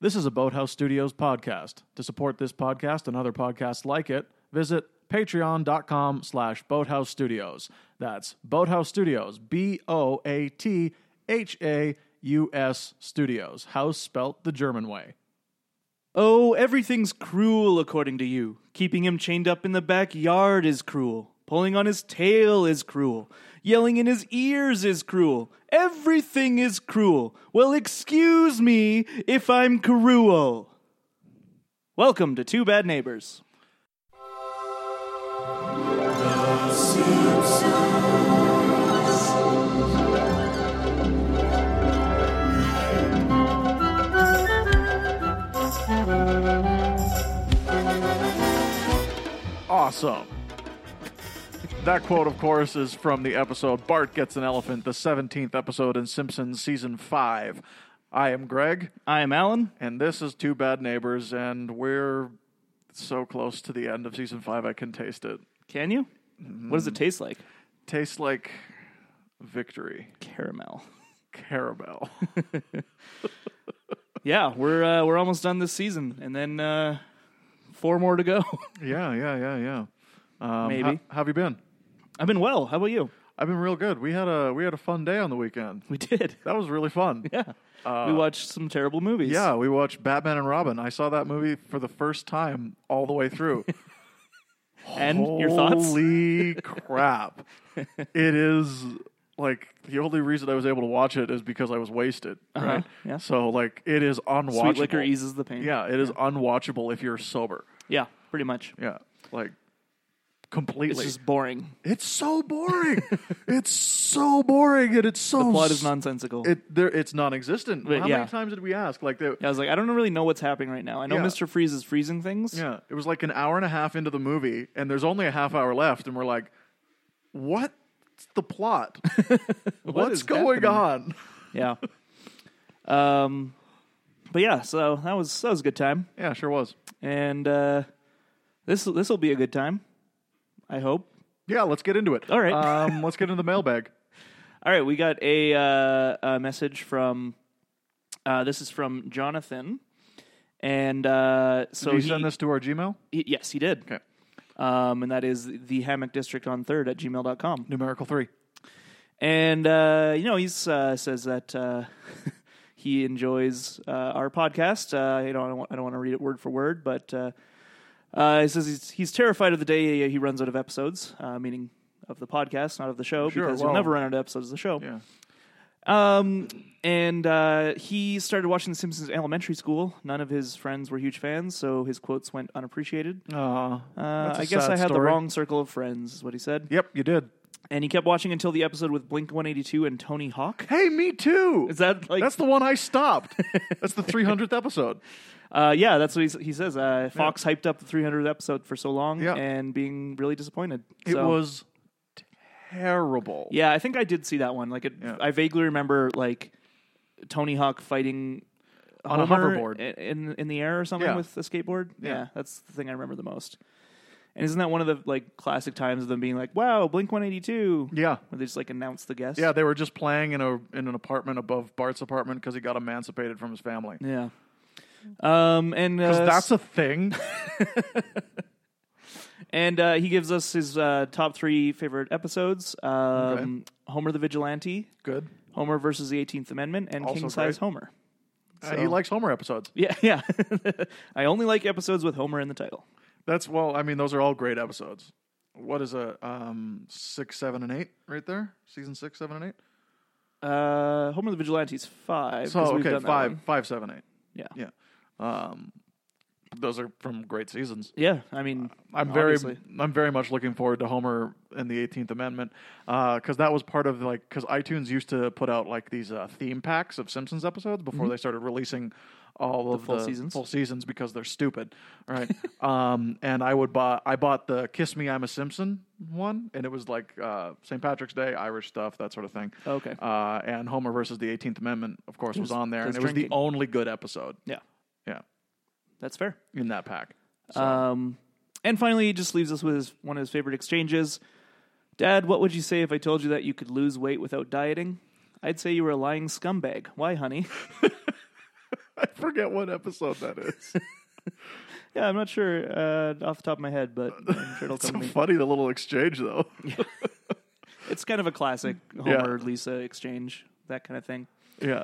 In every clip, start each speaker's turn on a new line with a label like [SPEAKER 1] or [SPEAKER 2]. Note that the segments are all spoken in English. [SPEAKER 1] This is a Boathouse Studios podcast. To support this podcast and other podcasts like it, visit patreon.com slash boathouse studios. That's Boathouse Studios, B O A T H A U S Studios. House spelt the German way.
[SPEAKER 2] Oh, everything's cruel according to you. Keeping him chained up in the backyard is cruel. Pulling on his tail is cruel. Yelling in his ears is cruel. Everything is cruel. Well, excuse me if I'm cruel. Welcome to Two Bad Neighbors.
[SPEAKER 1] Awesome. That quote, of course, is from the episode Bart Gets an Elephant, the 17th episode in Simpsons Season 5. I am Greg.
[SPEAKER 2] I'm Alan.
[SPEAKER 1] And this is Two Bad Neighbors, and we're so close to the end of season five, I can taste it.
[SPEAKER 2] Can you? What does it taste like?
[SPEAKER 1] Tastes like victory,
[SPEAKER 2] Caramel.
[SPEAKER 1] caramel.
[SPEAKER 2] Yeah, we're uh, we're almost done this season, and then uh, four more to go.
[SPEAKER 1] yeah, yeah, yeah, yeah. Um,
[SPEAKER 2] Maybe.
[SPEAKER 1] ho- how have you been?
[SPEAKER 2] I've been well. How about you?
[SPEAKER 1] I've been real good. We had a we had a fun day on the weekend.
[SPEAKER 2] We did.
[SPEAKER 1] That was really fun.
[SPEAKER 2] Yeah. we watched some terrible movies.
[SPEAKER 1] Uh, Yeah, we watched Batman and Robin. I saw that movie for the first time all the way through.
[SPEAKER 2] And your thoughts?
[SPEAKER 1] Holy crap. It is like the only reason I was able to watch it is because I was wasted. Right.
[SPEAKER 2] Uh-huh, yeah.
[SPEAKER 1] So like it is unwatchable.
[SPEAKER 2] Sweet liquor eases the pain.
[SPEAKER 1] Yeah, it is unwatchable if you're sober.
[SPEAKER 2] Yeah, pretty much.
[SPEAKER 1] Yeah. Like
[SPEAKER 2] It's
[SPEAKER 1] completely. It's,
[SPEAKER 2] just boring.
[SPEAKER 1] so boring. it's so boring and it's so
[SPEAKER 2] The plot is
[SPEAKER 1] s-
[SPEAKER 2] nonsensical.
[SPEAKER 1] it there it's non existent.
[SPEAKER 2] But
[SPEAKER 1] How
[SPEAKER 2] yeah.
[SPEAKER 1] many times did we ask? Like the,
[SPEAKER 2] I was like, I don't really know what's happening right now. I know
[SPEAKER 1] Yeah.
[SPEAKER 2] Mr. Freeze is freezing things.
[SPEAKER 1] Yeah, it was like an hour and a half into the movie, and there's only a half hour left, and we're like, "What's the plot? What's
[SPEAKER 2] is
[SPEAKER 1] going on?"
[SPEAKER 2] Yeah. um, but yeah, so that was that was a good time,
[SPEAKER 1] Yeah, sure was.
[SPEAKER 2] and uh, this this will be a good time. I hope.
[SPEAKER 1] Yeah, let's get into it.
[SPEAKER 2] All right.
[SPEAKER 1] um, let's get into the mailbag.
[SPEAKER 2] All right, we got a, uh, a message from. Uh, this is from Jonathan, and uh, so
[SPEAKER 1] Did you
[SPEAKER 2] he,
[SPEAKER 1] send this to our Gmail?
[SPEAKER 2] he- yes, he did.
[SPEAKER 1] Okay,
[SPEAKER 2] Um, and that is the hammock district on third at gmail.com.
[SPEAKER 1] numerical three.
[SPEAKER 2] And uh, you know, he's uh, says that uh, he enjoys uh, our podcast. Uh, you know, I don't, want, I don't want to read it word for word, but uh, uh, he says he's, he's terrified of the day he runs out of episodes, uh, meaning of the podcast, not of the show,
[SPEAKER 1] Sure,
[SPEAKER 2] because
[SPEAKER 1] well-
[SPEAKER 2] you'll never run out of episodes of the show.
[SPEAKER 1] Yeah,
[SPEAKER 2] Um, and uh, he started watching The Simpsons in elementary school. None of his friends were huge fans, so his quotes went unappreciated.
[SPEAKER 1] uh,
[SPEAKER 2] Uh, I guess I had the wrong circle of friends, is what he said.
[SPEAKER 1] Yep, you did.
[SPEAKER 2] And he kept watching until the episode with Blink 182 and Tony Hawk.
[SPEAKER 1] Hey, me too.
[SPEAKER 2] Is that like?
[SPEAKER 1] That's the one I stopped. That's the 300th episode.
[SPEAKER 2] uh, yeah, that's what he, s- he says. Uh, Fox hyped up the 300th episode for so long
[SPEAKER 1] Yeah.
[SPEAKER 2] and being really disappointed.
[SPEAKER 1] It
[SPEAKER 2] So-
[SPEAKER 1] was terrible.
[SPEAKER 2] Yeah, I think I did see that one. Like, it,
[SPEAKER 1] Yeah.
[SPEAKER 2] I vaguely remember like Tony Hawk fighting
[SPEAKER 1] On a
[SPEAKER 2] Homer
[SPEAKER 1] hoverboard.
[SPEAKER 2] i- in in the air or something
[SPEAKER 1] Yeah.
[SPEAKER 2] with a skateboard. Yeah.
[SPEAKER 1] Yeah.
[SPEAKER 2] that's the thing I remember the most. And isn't that one of the like classic times of them being like, "Wow, Blink 182."
[SPEAKER 1] Yeah.
[SPEAKER 2] Where they just like announce the guest.
[SPEAKER 1] Yeah, they were just playing in a in an apartment above Bart's apartment because he got emancipated from his family.
[SPEAKER 2] yeah. Um, and uh,
[SPEAKER 1] Because that's a thing.
[SPEAKER 2] And uh, he gives us his uh, top three favorite episodes: um, Homer the Vigilante,
[SPEAKER 1] Good.
[SPEAKER 2] Homer versus the Eighteenth Amendment, and
[SPEAKER 1] Also
[SPEAKER 2] King Size
[SPEAKER 1] great.
[SPEAKER 2] Homer.
[SPEAKER 1] Uh, he likes Homer episodes.
[SPEAKER 2] Yeah, yeah. I only like episodes with Homer in the title.
[SPEAKER 1] That's well. I mean, those are all great episodes. What is a um, six, seven, and eight right there? Season six, seven, and eight.
[SPEAKER 2] Uh, Homer the Vigilante is five.
[SPEAKER 1] So
[SPEAKER 2] 'cause we've
[SPEAKER 1] okay,
[SPEAKER 2] done that
[SPEAKER 1] five,
[SPEAKER 2] one.
[SPEAKER 1] five, seven, eight.
[SPEAKER 2] Yeah.
[SPEAKER 1] yeah. Um, those are from great seasons.
[SPEAKER 2] Yeah, I mean,
[SPEAKER 1] I'm
[SPEAKER 2] obviously.
[SPEAKER 1] very, I'm very much looking forward to Homer and the 18th Amendment because that was part of like because iTunes used to put out like these uh, theme packs of Simpsons episodes before they started releasing all of
[SPEAKER 2] Mm-hmm. full
[SPEAKER 1] the
[SPEAKER 2] seasons?
[SPEAKER 1] full seasons because they're stupid, right? um, and I would buy, I bought the "Kiss Me, I'm a Simpson" one, and it was like uh, St. Patrick's Day, Irish stuff, that sort of thing.
[SPEAKER 2] Okay.
[SPEAKER 1] Uh, and Homer versus the 18th Amendment, of course, was on there, and
[SPEAKER 2] just
[SPEAKER 1] it was the
[SPEAKER 2] drinking.
[SPEAKER 1] only good episode.
[SPEAKER 2] yeah,
[SPEAKER 1] Yeah,
[SPEAKER 2] that's fair.
[SPEAKER 1] in that pack.
[SPEAKER 2] Um, and finally, he just leaves us with his, one of his favorite exchanges. Dad, what would you say if I told you that you could lose weight without dieting? I'd say you were a lying scumbag. Why, honey?
[SPEAKER 1] I forget what episode that is.
[SPEAKER 2] Yeah, I'm not sure uh, off the top of my head, but I'm sure it'll
[SPEAKER 1] It's
[SPEAKER 2] come to
[SPEAKER 1] a
[SPEAKER 2] me.
[SPEAKER 1] funny the little exchange though.
[SPEAKER 2] It's kind of a classic Homer Lisa exchange, that kind of thing.
[SPEAKER 1] yeah.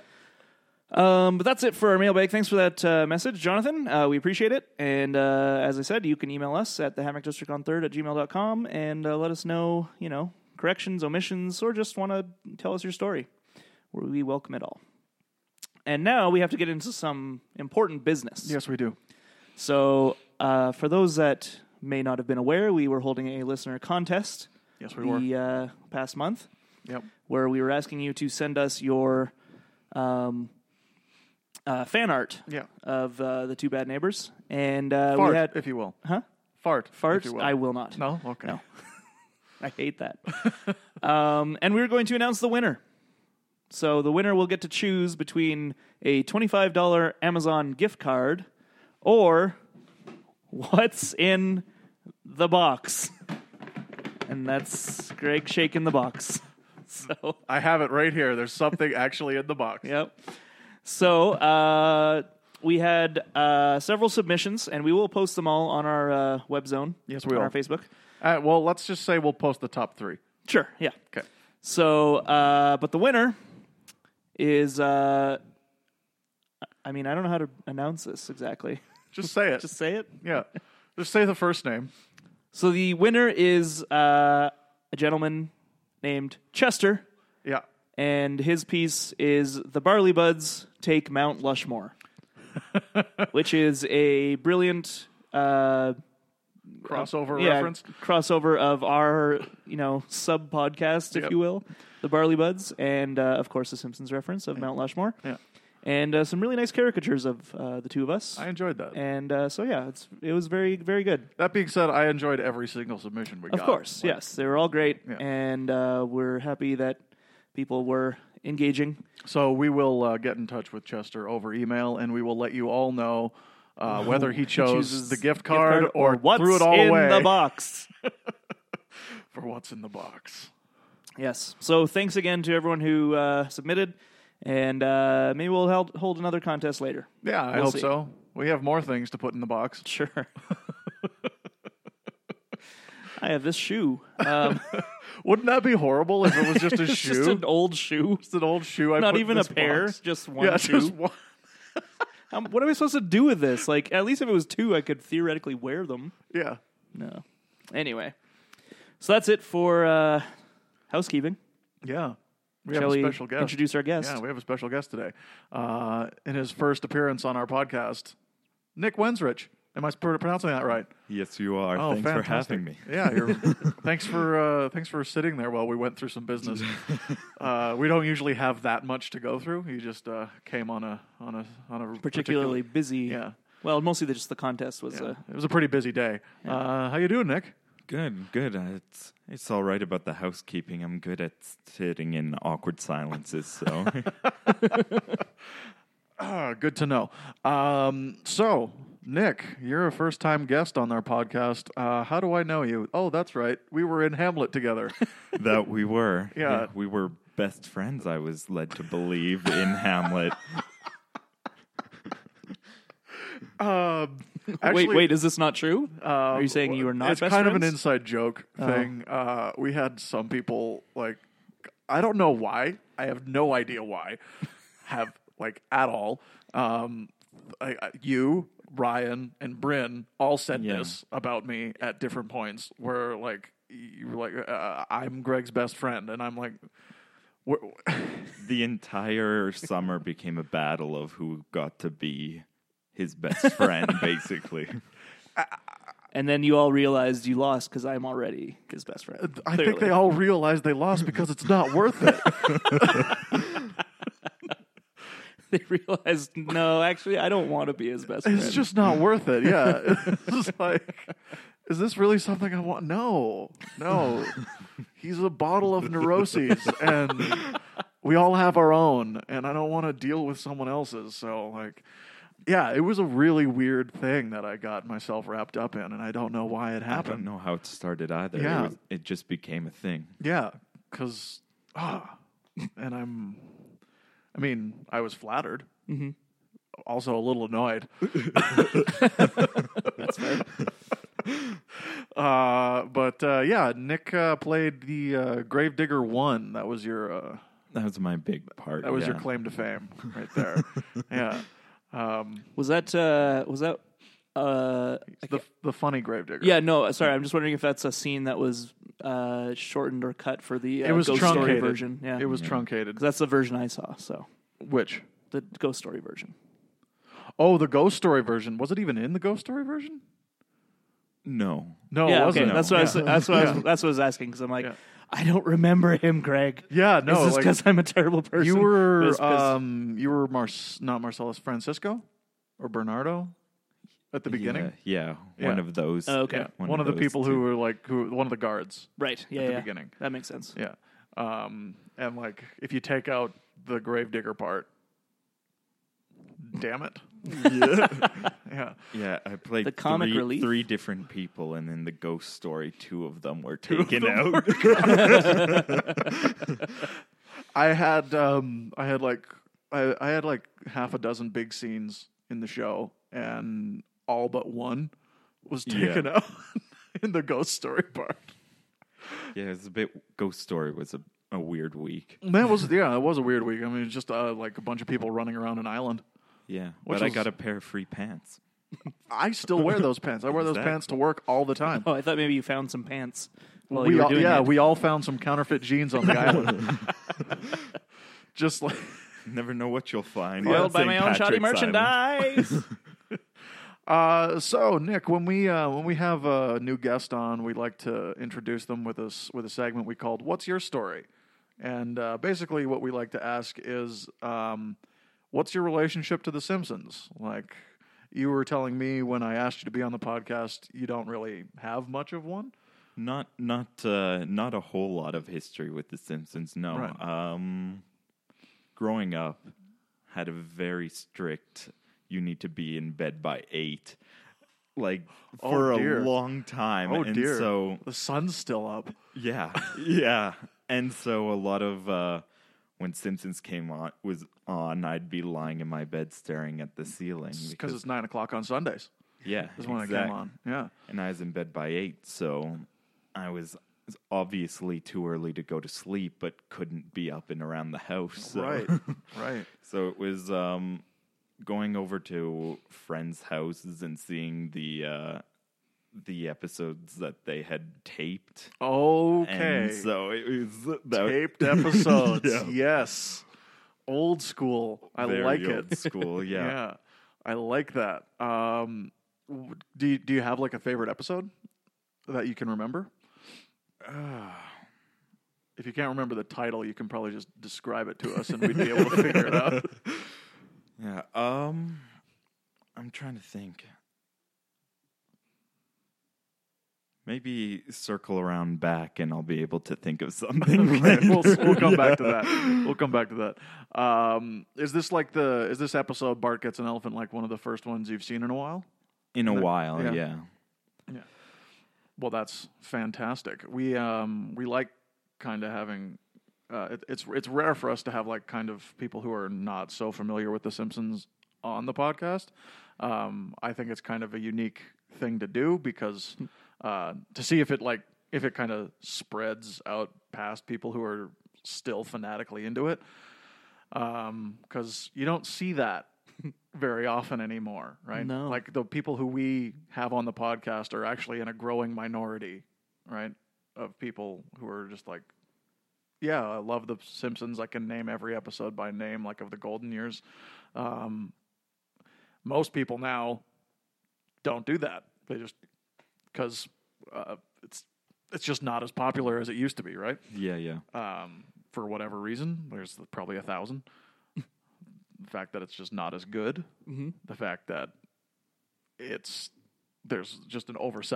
[SPEAKER 2] Um, but that's it for our mailbag. Thanks for that uh, message, Jonathan. Uh, we appreciate it. And uh, as I said, you can email us at the hammock district on third at gmail.com and uh, let us know, you know, corrections, omissions, or just want to tell us your story. We welcome it all. And now we have to get into some important business.
[SPEAKER 1] Yes, we do.
[SPEAKER 2] So, uh, for those that may not have been aware, we were holding a listener contest
[SPEAKER 1] Yes, we were.
[SPEAKER 2] the uh, past month
[SPEAKER 1] Yep.
[SPEAKER 2] where we were asking you to send us your um, uh, fan art
[SPEAKER 1] Yeah.
[SPEAKER 2] of uh, the two bad neighbors, and uh,
[SPEAKER 1] Fart,
[SPEAKER 2] we had
[SPEAKER 1] if you will.
[SPEAKER 2] huh
[SPEAKER 1] Fart.
[SPEAKER 2] fart.
[SPEAKER 1] If you will.
[SPEAKER 2] I will not.
[SPEAKER 1] no. Okay.
[SPEAKER 2] I hate that. um, and we were going to announce the winner. So the winner will get to choose between a twenty-five dollar Amazon gift card or what's in the box, and that's Greg shaking the box. So.
[SPEAKER 1] I have it right here. There's something actually in the box.
[SPEAKER 2] Yep. So uh, we had uh, several submissions, and we will post them all on our uh, web zone.
[SPEAKER 1] Yes, we
[SPEAKER 2] on
[SPEAKER 1] will.
[SPEAKER 2] our Facebook.
[SPEAKER 1] Uh, well, let's just say we'll post the top three.
[SPEAKER 2] Sure. Yeah.
[SPEAKER 1] Okay.
[SPEAKER 2] So, uh, but the winner is. Uh, I mean, I don't know how to announce this exactly.
[SPEAKER 1] Just say it.
[SPEAKER 2] Just say it.
[SPEAKER 1] yeah. Just say the first name.
[SPEAKER 2] So the winner is uh, a gentleman named Chester,
[SPEAKER 1] Yeah.
[SPEAKER 2] and his piece is "The Barley Buds Take Mount Lushmore," which is a brilliant. Uh,
[SPEAKER 1] Crossover
[SPEAKER 2] yeah,
[SPEAKER 1] reference.
[SPEAKER 2] crossover of our you know sub podcast, if
[SPEAKER 1] Yep.
[SPEAKER 2] you will, the Barley Buds, and uh, of course the Simpsons reference of Mount Rushmore,
[SPEAKER 1] Yeah.
[SPEAKER 2] and uh, some really nice caricatures of uh, the two of us.
[SPEAKER 1] I enjoyed that.
[SPEAKER 2] and uh, so yeah, it's it was very very good.
[SPEAKER 1] That being said, I enjoyed every single submission we got.
[SPEAKER 2] Of course,
[SPEAKER 1] Like,
[SPEAKER 2] yes, they were all great,
[SPEAKER 1] Yeah.
[SPEAKER 2] and uh, we're happy that people were engaging.
[SPEAKER 1] So we will uh, get in touch with Chester over email, and we will let you all know uh, whether he chose
[SPEAKER 2] chooses
[SPEAKER 1] the gift card, or,
[SPEAKER 2] what's
[SPEAKER 1] threw it all
[SPEAKER 2] in
[SPEAKER 1] away
[SPEAKER 2] the box.
[SPEAKER 1] for what's in the box.
[SPEAKER 2] Yes. So thanks again to everyone who uh, submitted, and uh, maybe we'll held, hold another contest later.
[SPEAKER 1] Yeah, I
[SPEAKER 2] We'll
[SPEAKER 1] hope
[SPEAKER 2] see.
[SPEAKER 1] so. We have more things to put in the box.
[SPEAKER 2] Sure. I have this shoe. Um,
[SPEAKER 1] Wouldn't that be horrible if it was just a
[SPEAKER 2] it's
[SPEAKER 1] shoe?
[SPEAKER 2] just an old shoe.
[SPEAKER 1] Just an old shoe. I
[SPEAKER 2] Not
[SPEAKER 1] put in
[SPEAKER 2] even a
[SPEAKER 1] this
[SPEAKER 2] pair,
[SPEAKER 1] box.
[SPEAKER 2] just one
[SPEAKER 1] Yeah,
[SPEAKER 2] shoe.
[SPEAKER 1] just one.
[SPEAKER 2] Um, what am I supposed to do with this? Like, at least if it was two, I could theoretically wear them.
[SPEAKER 1] Yeah.
[SPEAKER 2] No. Anyway, so that's it for uh, housekeeping.
[SPEAKER 1] Yeah. We
[SPEAKER 2] Shall
[SPEAKER 1] have a
[SPEAKER 2] we
[SPEAKER 1] special guest.
[SPEAKER 2] introduce our guest?
[SPEAKER 1] yeah, we have a special guest today. Uh, in his first appearance on our podcast, Nick Wensrich. Am I pr- pronouncing that right?
[SPEAKER 3] Yes, you are.
[SPEAKER 1] Oh,
[SPEAKER 3] Thanks for having me.
[SPEAKER 1] Yeah, you're, thanks for uh, thanks for sitting there while we went through some business. uh, we don't usually have that much to go through. You just uh, came on a on a on a
[SPEAKER 2] Particularly busy.
[SPEAKER 1] yeah.
[SPEAKER 2] Well, mostly the, just the contest was. Uh,
[SPEAKER 1] It was a pretty busy day. Uh, how you doing, Nick?
[SPEAKER 3] Good, good. Uh, It's it's all right about the housekeeping. I'm good at sitting in awkward silences. So
[SPEAKER 1] Ah, good to know. Um, so, Nick, you're a first time guest on our podcast. Uh, how do I know you? Oh, that's right. We were in Hamlet together.
[SPEAKER 3] that we were,
[SPEAKER 1] Yeah.
[SPEAKER 3] we were best friends. I was led to believe in Hamlet.
[SPEAKER 1] um,
[SPEAKER 2] wait, wait, is this not true? Are you saying you were not
[SPEAKER 1] It's
[SPEAKER 2] best
[SPEAKER 1] kind of an
[SPEAKER 2] friends? Oh.
[SPEAKER 1] inside joke thing. Uh, we had some people like I don't know why. I have no idea why. have like at all. Um, I, I- you, Ryan, and Bryn all said
[SPEAKER 3] Yeah.
[SPEAKER 1] this about me at different points. Where like you were like uh, I'm Greg's best friend, and I'm like. "Wh-
[SPEAKER 3] The entire summer became a battle of who got to be his best friend, basically.
[SPEAKER 2] and then you all realized you lost because I'm already his best friend.
[SPEAKER 1] Uh, I think
[SPEAKER 2] Clearly.
[SPEAKER 1] they all realized they lost because it's not worth it.
[SPEAKER 2] they realized, no, actually, I don't want to be his best friend.
[SPEAKER 1] It's just not worth it. Yeah. it's just like, is this really something I want? No, no. He's a bottle of neuroses, and we all have our own, and I don't want to deal with someone else's. So, like, yeah, it was a really weird thing that I got myself wrapped up in, and I don't know why it
[SPEAKER 3] I don't
[SPEAKER 1] happened.
[SPEAKER 3] know how it started either.
[SPEAKER 1] Yeah.
[SPEAKER 3] It, was, it just became a thing.
[SPEAKER 1] Yeah, because,
[SPEAKER 2] Mm-hmm.
[SPEAKER 1] ah, and I'm, I mean, I was flattered. also a little annoyed. Uh, but uh, yeah, Nick uh, played the uh, Gravedigger One. That was your uh,
[SPEAKER 3] That was my big part.
[SPEAKER 1] that was your
[SPEAKER 3] yeah.
[SPEAKER 1] claim to fame right there. yeah, um,
[SPEAKER 2] Was that uh was that uh
[SPEAKER 1] the the funny Gravedigger.
[SPEAKER 2] yeah, no, sorry. I'm just wondering if that's a scene that was uh shortened or cut for the uh,
[SPEAKER 1] it was
[SPEAKER 2] ghost story
[SPEAKER 1] truncated
[SPEAKER 2] version. Yeah.
[SPEAKER 1] it was truncated.
[SPEAKER 2] 'Cause that's the version I saw, so
[SPEAKER 1] Which
[SPEAKER 2] the ghost story version.
[SPEAKER 1] oh, the ghost story version was it even in the ghost story version?
[SPEAKER 3] No.
[SPEAKER 1] No, it
[SPEAKER 2] Oh, yeah,
[SPEAKER 1] wasn't.
[SPEAKER 2] okay. That's what I was
[SPEAKER 1] Yeah.
[SPEAKER 2] that's what I was that's what I was asking cuz I'm like
[SPEAKER 1] Yeah.
[SPEAKER 2] I don't remember him, Greg.
[SPEAKER 1] Yeah, no,
[SPEAKER 2] Is this
[SPEAKER 1] like-
[SPEAKER 2] because I'm a terrible person?
[SPEAKER 1] You
[SPEAKER 2] It
[SPEAKER 1] were
[SPEAKER 2] was 'cause-
[SPEAKER 1] um, you were Mar- not Marcellus Francisco or Bernardo at the beginning.
[SPEAKER 3] Yeah, yeah, one
[SPEAKER 1] Yeah.
[SPEAKER 3] of those.
[SPEAKER 2] Oh, okay.
[SPEAKER 1] Yeah, one,
[SPEAKER 3] One
[SPEAKER 1] of
[SPEAKER 3] of
[SPEAKER 1] the
[SPEAKER 3] those
[SPEAKER 1] people who
[SPEAKER 3] two.
[SPEAKER 1] were like who one of the guards
[SPEAKER 2] right. Yeah,
[SPEAKER 1] at the
[SPEAKER 2] yeah.
[SPEAKER 1] beginning.
[SPEAKER 2] That makes sense.
[SPEAKER 1] Yeah, um, and like if you take out the gravedigger part, damn it. yeah,
[SPEAKER 3] Yeah, I played
[SPEAKER 2] The comic
[SPEAKER 3] three,
[SPEAKER 2] relief?
[SPEAKER 3] three different people, and in the ghost story, two of them were taken out.
[SPEAKER 1] I had um, I had like I, I had like half a dozen big scenes in the show, and all but one was
[SPEAKER 3] Yeah.
[SPEAKER 1] taken out in the ghost story part.
[SPEAKER 3] yeah, it was a bit. Ghost story was a, a weird week.
[SPEAKER 1] That was yeah, it was a weird week. I mean, it's just uh, like a bunch of people running around an island.
[SPEAKER 3] Yeah,
[SPEAKER 1] Which
[SPEAKER 3] but I
[SPEAKER 1] was-
[SPEAKER 3] got a pair of free pants.
[SPEAKER 1] I still wear those pants. I wear those
[SPEAKER 3] Exactly.
[SPEAKER 1] pants to work all the time.
[SPEAKER 2] Oh, I thought maybe you found some pants while
[SPEAKER 1] we
[SPEAKER 2] you were
[SPEAKER 1] all,
[SPEAKER 2] doing
[SPEAKER 1] yeah,
[SPEAKER 2] it.
[SPEAKER 1] we all found some counterfeit jeans on the island. just like
[SPEAKER 3] Never know what you'll find.
[SPEAKER 2] Foiled by
[SPEAKER 3] St.
[SPEAKER 2] my own shoddy
[SPEAKER 3] Patrick's Island.
[SPEAKER 2] merchandise.
[SPEAKER 1] Uh, so Nick, when we uh, when we have a new guest on, we like to introduce them with us with a segment we called "What's Your Story," and uh, basically what we like to ask is, um, "What's your relationship to The Simpsons?" Like you were telling me when I asked you to be on the podcast, you don't really have much of one.
[SPEAKER 3] Not not uh, not a whole lot of history with The Simpsons. No.
[SPEAKER 1] Right.
[SPEAKER 3] Um, growing up, had a very strict. You need to be in bed by eight, like
[SPEAKER 1] Oh,
[SPEAKER 3] for
[SPEAKER 1] dear.
[SPEAKER 3] a long time.
[SPEAKER 1] Oh
[SPEAKER 3] and
[SPEAKER 1] dear!
[SPEAKER 3] So
[SPEAKER 1] the sun's still up.
[SPEAKER 3] yeah, yeah. And so a lot of uh, when Simpsons came on was on, I'd be lying in my bed staring at the ceiling
[SPEAKER 1] because it's nine o'clock on Sundays.
[SPEAKER 3] yeah,
[SPEAKER 1] Is when I
[SPEAKER 3] exact-
[SPEAKER 1] came on. Yeah.
[SPEAKER 3] and I was in bed by eight, so I was obviously too early to go to sleep, but couldn't be up and around the house. So.
[SPEAKER 1] Right. right.
[SPEAKER 3] so it was um, going over to friends' houses and seeing the uh, the episodes that they had taped.
[SPEAKER 1] Okay.
[SPEAKER 3] And so it was that,
[SPEAKER 1] taped episodes.
[SPEAKER 3] Yeah.
[SPEAKER 1] Yes. Old school. I
[SPEAKER 3] Very
[SPEAKER 1] like
[SPEAKER 3] old
[SPEAKER 1] it.
[SPEAKER 3] School,
[SPEAKER 1] Yeah.
[SPEAKER 3] yeah.
[SPEAKER 1] I like that. Um, w- do you, do you have like a favorite episode that you can remember? if you can't remember the title, you can probably just describe it to us and we'd be able to figure it out.
[SPEAKER 3] yeah, Um, I'm trying to think. Maybe circle around back, and I'll be able to think of something.
[SPEAKER 1] we'll, we'll come back to that. We'll come back to that. Um, is this like the is this episode Bart gets an elephant like one of the first ones you've seen in a while?
[SPEAKER 3] in a while.
[SPEAKER 1] yeah.
[SPEAKER 3] Yeah.
[SPEAKER 1] Well, that's fantastic. We um we like kind of having uh, it, it's it's rare for us to have like kind of people who are not so familiar with The Simpsons on the podcast. Um, I think it's kind of a unique thing to do because uh, to see if it like if it kind of spreads out past people who are still fanatically into it because um, you don't see that very often anymore, right?
[SPEAKER 2] No.
[SPEAKER 1] Like the people who we have on the podcast are actually in a growing minority, right? Of people who are just like, yeah, I love The Simpsons. I can name every episode by name, like of the golden years. Um, most people now don't do that. They just, because uh, it's, it's just not as popular as it used to be, right?
[SPEAKER 3] Yeah. Yeah.
[SPEAKER 1] um, for whatever reason. There's probably a thousand. the fact that it's just not as good.
[SPEAKER 2] Mhm.
[SPEAKER 1] The fact that it's there's just an
[SPEAKER 2] fact that it's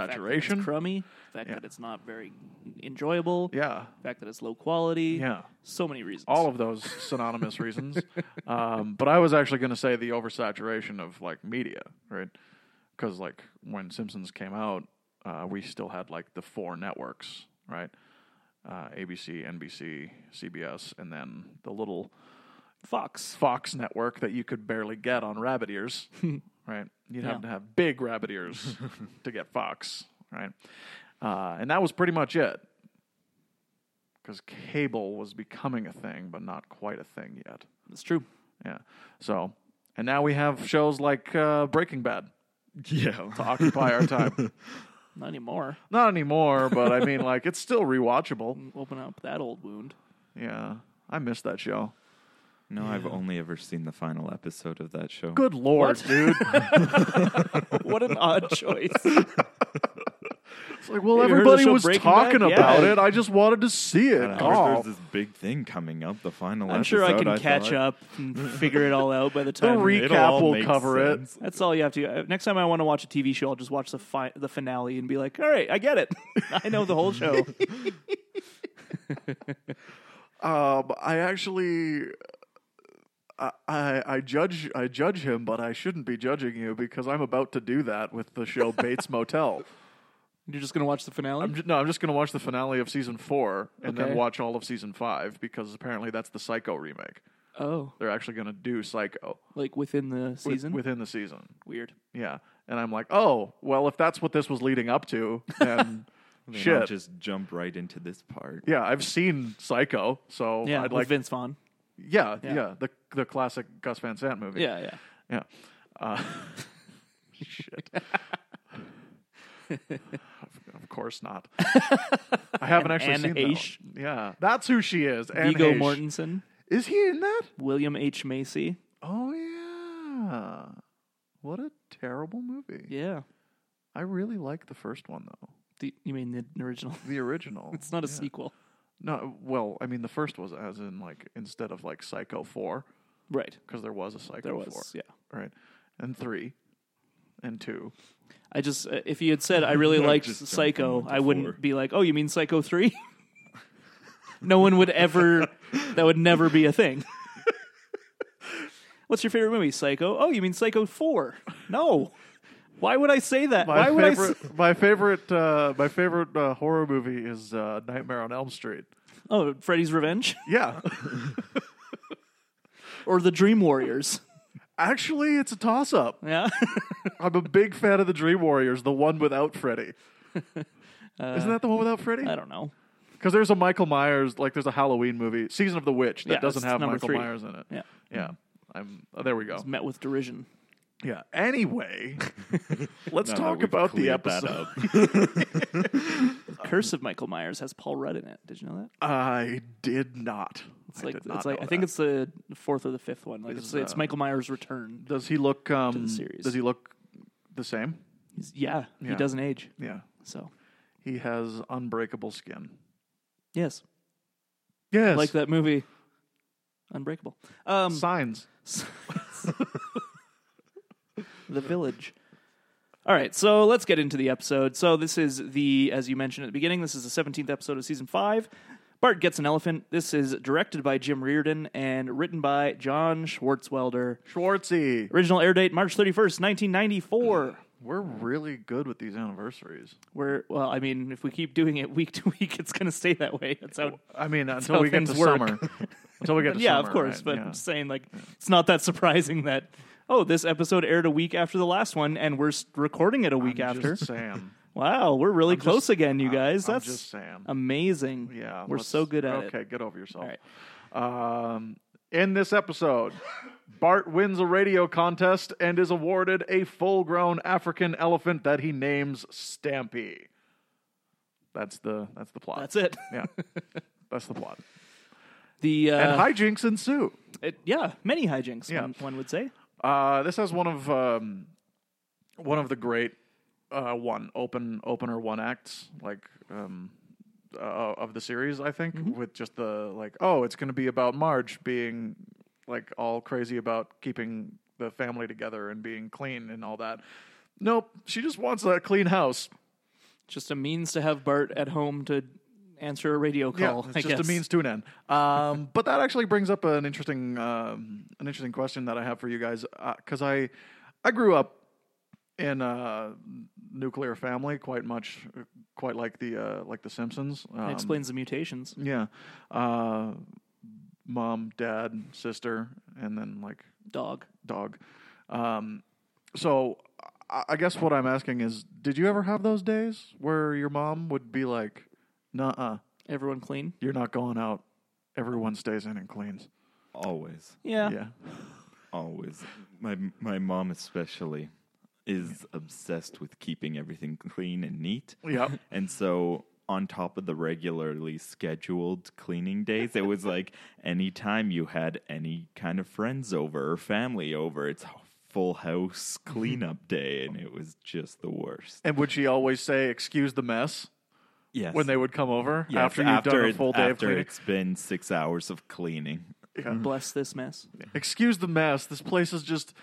[SPEAKER 1] oversaturation.
[SPEAKER 2] crummy. Fact
[SPEAKER 1] Yeah.
[SPEAKER 2] that it's not very enjoyable.
[SPEAKER 1] yeah,
[SPEAKER 2] Fact that it's low quality.
[SPEAKER 1] yeah.
[SPEAKER 2] So many reasons.
[SPEAKER 1] All of those synonymous reasons. Um, but I was actually going to say the oversaturation of like media, right? Because like when Simpsons came out, uh, we still had like the four networks, right? Uh, ABC, NBC, CBS, and then the little
[SPEAKER 2] Fox.
[SPEAKER 1] Fox network that you could barely get on rabbit ears, right? You'd have
[SPEAKER 2] Yeah.
[SPEAKER 1] to have big rabbit ears to get Fox, right? Uh, and that was pretty much it. Because cable was becoming a thing, but not quite a thing yet.
[SPEAKER 2] That's true.
[SPEAKER 1] Yeah. So, and now we have shows like uh, Breaking Bad
[SPEAKER 2] Oh.
[SPEAKER 3] Yeah.
[SPEAKER 1] to occupy our time.
[SPEAKER 2] Not anymore.
[SPEAKER 1] Not anymore, but I mean, like, it's still rewatchable.
[SPEAKER 2] Open up that old wound.
[SPEAKER 1] Yeah. I missed that show.
[SPEAKER 3] No, I've only ever seen the final episode of that show.
[SPEAKER 1] Good lord,
[SPEAKER 2] What?
[SPEAKER 1] dude.
[SPEAKER 2] What an odd choice.
[SPEAKER 1] It's like, well,
[SPEAKER 2] Have you heard of the
[SPEAKER 1] everybody
[SPEAKER 2] show
[SPEAKER 1] was
[SPEAKER 2] Breaking
[SPEAKER 1] talking
[SPEAKER 2] Bad? Yeah.
[SPEAKER 1] about it. I just wanted to see it.
[SPEAKER 3] I heard
[SPEAKER 1] Oh.
[SPEAKER 3] there's this big thing coming up. The final.
[SPEAKER 2] I'm sure I
[SPEAKER 3] episode,
[SPEAKER 2] can catch
[SPEAKER 3] thought.
[SPEAKER 2] up and figure it all out by the
[SPEAKER 1] the
[SPEAKER 2] time.
[SPEAKER 3] It'll all
[SPEAKER 1] recap will
[SPEAKER 3] make
[SPEAKER 1] cover
[SPEAKER 3] sense.
[SPEAKER 2] That's all you have to. uh, Next time I want to watch a TV show, I'll just watch the fi- the finale and be like, "All right, I get it. I know the whole show."
[SPEAKER 1] it. Um, I actually, I, I, I judge, I judge him, but I shouldn't be judging you because I'm about to do that with the show Bates Motel.
[SPEAKER 2] You're just gonna watch the finale.
[SPEAKER 1] I'm ju- no, I'm just going to watch the finale of season four and
[SPEAKER 2] Okay.
[SPEAKER 1] then watch all of season five because apparently that's the Psycho remake.
[SPEAKER 2] oh,
[SPEAKER 1] They're actually going to do Psycho
[SPEAKER 2] like within the
[SPEAKER 1] with-
[SPEAKER 2] season.
[SPEAKER 1] within the season.
[SPEAKER 2] Weird.
[SPEAKER 1] Yeah, and I'm like, oh, well, if that's what this was leading up to, then
[SPEAKER 3] They don't
[SPEAKER 1] shit.
[SPEAKER 3] Just jump right into this part.
[SPEAKER 1] Yeah, I've seen Psycho, so
[SPEAKER 2] Yeah,
[SPEAKER 1] I'd
[SPEAKER 2] with
[SPEAKER 1] like.
[SPEAKER 2] Vince Vaughn.
[SPEAKER 1] yeah, yeah,
[SPEAKER 2] yeah.
[SPEAKER 1] the the classic Gus Van Sant movie.
[SPEAKER 2] Yeah, yeah.
[SPEAKER 1] yeah. Uh, shit. of course not. I haven't actually
[SPEAKER 2] Anne
[SPEAKER 1] seen
[SPEAKER 2] Heche.
[SPEAKER 1] that. one. Yeah, that's who she is. Anne
[SPEAKER 2] Vigo
[SPEAKER 1] Heche.
[SPEAKER 2] Mortensen,
[SPEAKER 1] Is he in that?
[SPEAKER 2] William H Macy.
[SPEAKER 1] Oh yeah. What a terrible movie.
[SPEAKER 2] Yeah.
[SPEAKER 1] I really like the first one though.
[SPEAKER 2] The, you mean the original?
[SPEAKER 1] The original.
[SPEAKER 2] It's not a
[SPEAKER 1] Yeah.
[SPEAKER 2] sequel,
[SPEAKER 1] No, well, I mean the first was as in like instead of like Psycho 4
[SPEAKER 2] right?
[SPEAKER 1] because there was a Psycho
[SPEAKER 2] There was.
[SPEAKER 1] 4.
[SPEAKER 2] Yeah.
[SPEAKER 1] right? And three, and two.
[SPEAKER 2] I just uh, if you had said I really liked
[SPEAKER 3] Just jump from
[SPEAKER 2] Psycho,
[SPEAKER 3] one to
[SPEAKER 2] I wouldn't
[SPEAKER 3] four.
[SPEAKER 2] be like, "Oh, you mean Psycho 3? no one would ever that would never be a thing. What's your favorite movie? Psycho? Oh, you mean Psycho 4? No. Why would I say that?
[SPEAKER 1] My
[SPEAKER 2] Why would I
[SPEAKER 1] favorite,
[SPEAKER 2] s-
[SPEAKER 1] my favorite, uh, my favorite uh, horror movie is uh, Nightmare on Elm Street.
[SPEAKER 2] Oh, Freddy's Revenge
[SPEAKER 1] Yeah,
[SPEAKER 2] or The Dream Warriors.
[SPEAKER 1] actually, it's a toss-up.
[SPEAKER 2] Yeah.
[SPEAKER 1] I'm a big fan of the Dream Warriors, the one without Freddy. Isn't that the one without Freddy?
[SPEAKER 2] Uh, I don't know.
[SPEAKER 1] Because there's a Michael Myers, like there's a Halloween movie, Season of the Witch, that
[SPEAKER 2] Yeah,
[SPEAKER 1] doesn't
[SPEAKER 2] it's
[SPEAKER 1] have
[SPEAKER 2] number
[SPEAKER 1] Michael
[SPEAKER 2] three.
[SPEAKER 1] Myers in it.
[SPEAKER 2] Yeah.
[SPEAKER 1] Yeah. I'm oh, there. We go.
[SPEAKER 2] Met with derision.
[SPEAKER 1] Yeah. Anyway, let's
[SPEAKER 3] Now that
[SPEAKER 1] talk
[SPEAKER 3] we've
[SPEAKER 1] about the
[SPEAKER 3] cleared that
[SPEAKER 1] episode.
[SPEAKER 3] up.
[SPEAKER 2] The
[SPEAKER 1] Um,
[SPEAKER 2] Curse of Michael Myers has Paul Rudd in it. Did you know that?
[SPEAKER 1] I did not.
[SPEAKER 2] It's
[SPEAKER 1] I
[SPEAKER 2] like
[SPEAKER 1] did not
[SPEAKER 2] it's like
[SPEAKER 1] know
[SPEAKER 2] I think
[SPEAKER 1] that.
[SPEAKER 2] it's the fourth or the fifth one. Like it's,
[SPEAKER 1] is,
[SPEAKER 2] it's
[SPEAKER 1] uh,
[SPEAKER 2] Michael Myers' return.
[SPEAKER 1] Does he look? Um,
[SPEAKER 2] series.
[SPEAKER 1] Does he look the same?
[SPEAKER 2] He's- yeah,
[SPEAKER 1] Yeah.
[SPEAKER 2] he doesn't age.
[SPEAKER 1] Yeah.
[SPEAKER 2] So
[SPEAKER 1] He has unbreakable skin.
[SPEAKER 2] yes,
[SPEAKER 1] Yes.
[SPEAKER 2] like that movie, Unbreakable. Um,
[SPEAKER 1] Signs.
[SPEAKER 2] the Village. All right, so let's get into the episode. So this is the, as you mentioned at the beginning, this is the seventeenth episode of season five. Bart gets an elephant. This is directed by Jim Reardon and written by John Schwartzwelder.
[SPEAKER 1] Schwartzy.
[SPEAKER 2] Original air date March thirty first, nineteen ninety four.
[SPEAKER 1] We're really good with these anniversaries.
[SPEAKER 2] We're well, I mean, if we keep doing it week to week, it's going to stay that way. That's how.
[SPEAKER 1] I mean,
[SPEAKER 2] how
[SPEAKER 1] until we get to
[SPEAKER 2] things work.
[SPEAKER 1] summer. until we get to
[SPEAKER 2] yeah,
[SPEAKER 1] summer.
[SPEAKER 2] of course.
[SPEAKER 1] right,
[SPEAKER 2] But
[SPEAKER 1] yeah.
[SPEAKER 2] I'm just saying, like, it's not that surprising that oh, this episode aired a week after the last one, and we're s- recording it a week
[SPEAKER 1] I'm
[SPEAKER 2] after.
[SPEAKER 1] just Sam.
[SPEAKER 2] Wow, we're really close again, you guys.
[SPEAKER 1] I'm
[SPEAKER 2] That's
[SPEAKER 1] just Sam.
[SPEAKER 2] amazing.
[SPEAKER 1] Yeah.
[SPEAKER 2] we're
[SPEAKER 1] let's-
[SPEAKER 2] so good at
[SPEAKER 1] Okay,
[SPEAKER 2] it.
[SPEAKER 1] get over yourself.
[SPEAKER 2] All right.
[SPEAKER 1] Um, in this episode, Bart wins a radio contest and is awarded a full grown African elephant that he names Stampy. That's the that's the plot.
[SPEAKER 2] That's it.
[SPEAKER 1] Yeah. That's the plot.
[SPEAKER 2] The uh,
[SPEAKER 1] And hijinks ensue.
[SPEAKER 2] it- yeah, many hijinks.
[SPEAKER 1] Yeah.
[SPEAKER 2] One, one would say.
[SPEAKER 1] Uh, this has one of um, one of the great uh, one open opener one acts like um, uh, of the series. I think with just the like, oh, it's going to be about Marge being like all crazy about keeping the family together and being clean and all that. Nope, she just wants a clean house.
[SPEAKER 2] Just a means to have Bart at home to answer a radio call.
[SPEAKER 1] Yeah,
[SPEAKER 2] I
[SPEAKER 1] it's just
[SPEAKER 2] guess.
[SPEAKER 1] a means to an end. Um, but that actually brings up an interesting um, an interesting question that I have for you guys because I I grew up in a nuclear family quite much quite like the uh, like the Simpsons. Um,
[SPEAKER 2] It explains the mutations.
[SPEAKER 1] yeah. Uh, mom, dad, sister, and then like
[SPEAKER 2] Dog.
[SPEAKER 1] dog. Um, so I, I guess what I'm asking is, did you ever have those days where your mom would be like, "Nuh-uh,
[SPEAKER 2] Everyone clean.
[SPEAKER 1] you're not going out. Everyone stays in and cleans."
[SPEAKER 3] Always,
[SPEAKER 2] Yeah.
[SPEAKER 1] Yeah,
[SPEAKER 3] always. My my mom especially is obsessed with keeping everything clean and neat.
[SPEAKER 1] yep.
[SPEAKER 3] And so on top of the regularly scheduled cleaning days, it was like anytime you had any kind of friends over or family over, it's full house cleanup day and it was just the worst.
[SPEAKER 1] And would she always say, "Excuse the mess"
[SPEAKER 3] Yes.
[SPEAKER 1] when they would come over
[SPEAKER 3] Yeah,
[SPEAKER 1] after you've done a
[SPEAKER 3] it-
[SPEAKER 1] full day of
[SPEAKER 3] after
[SPEAKER 1] cleaning?
[SPEAKER 3] it's been six hours of cleaning.
[SPEAKER 2] Bless this mess.
[SPEAKER 1] Excuse the mess. This place is just,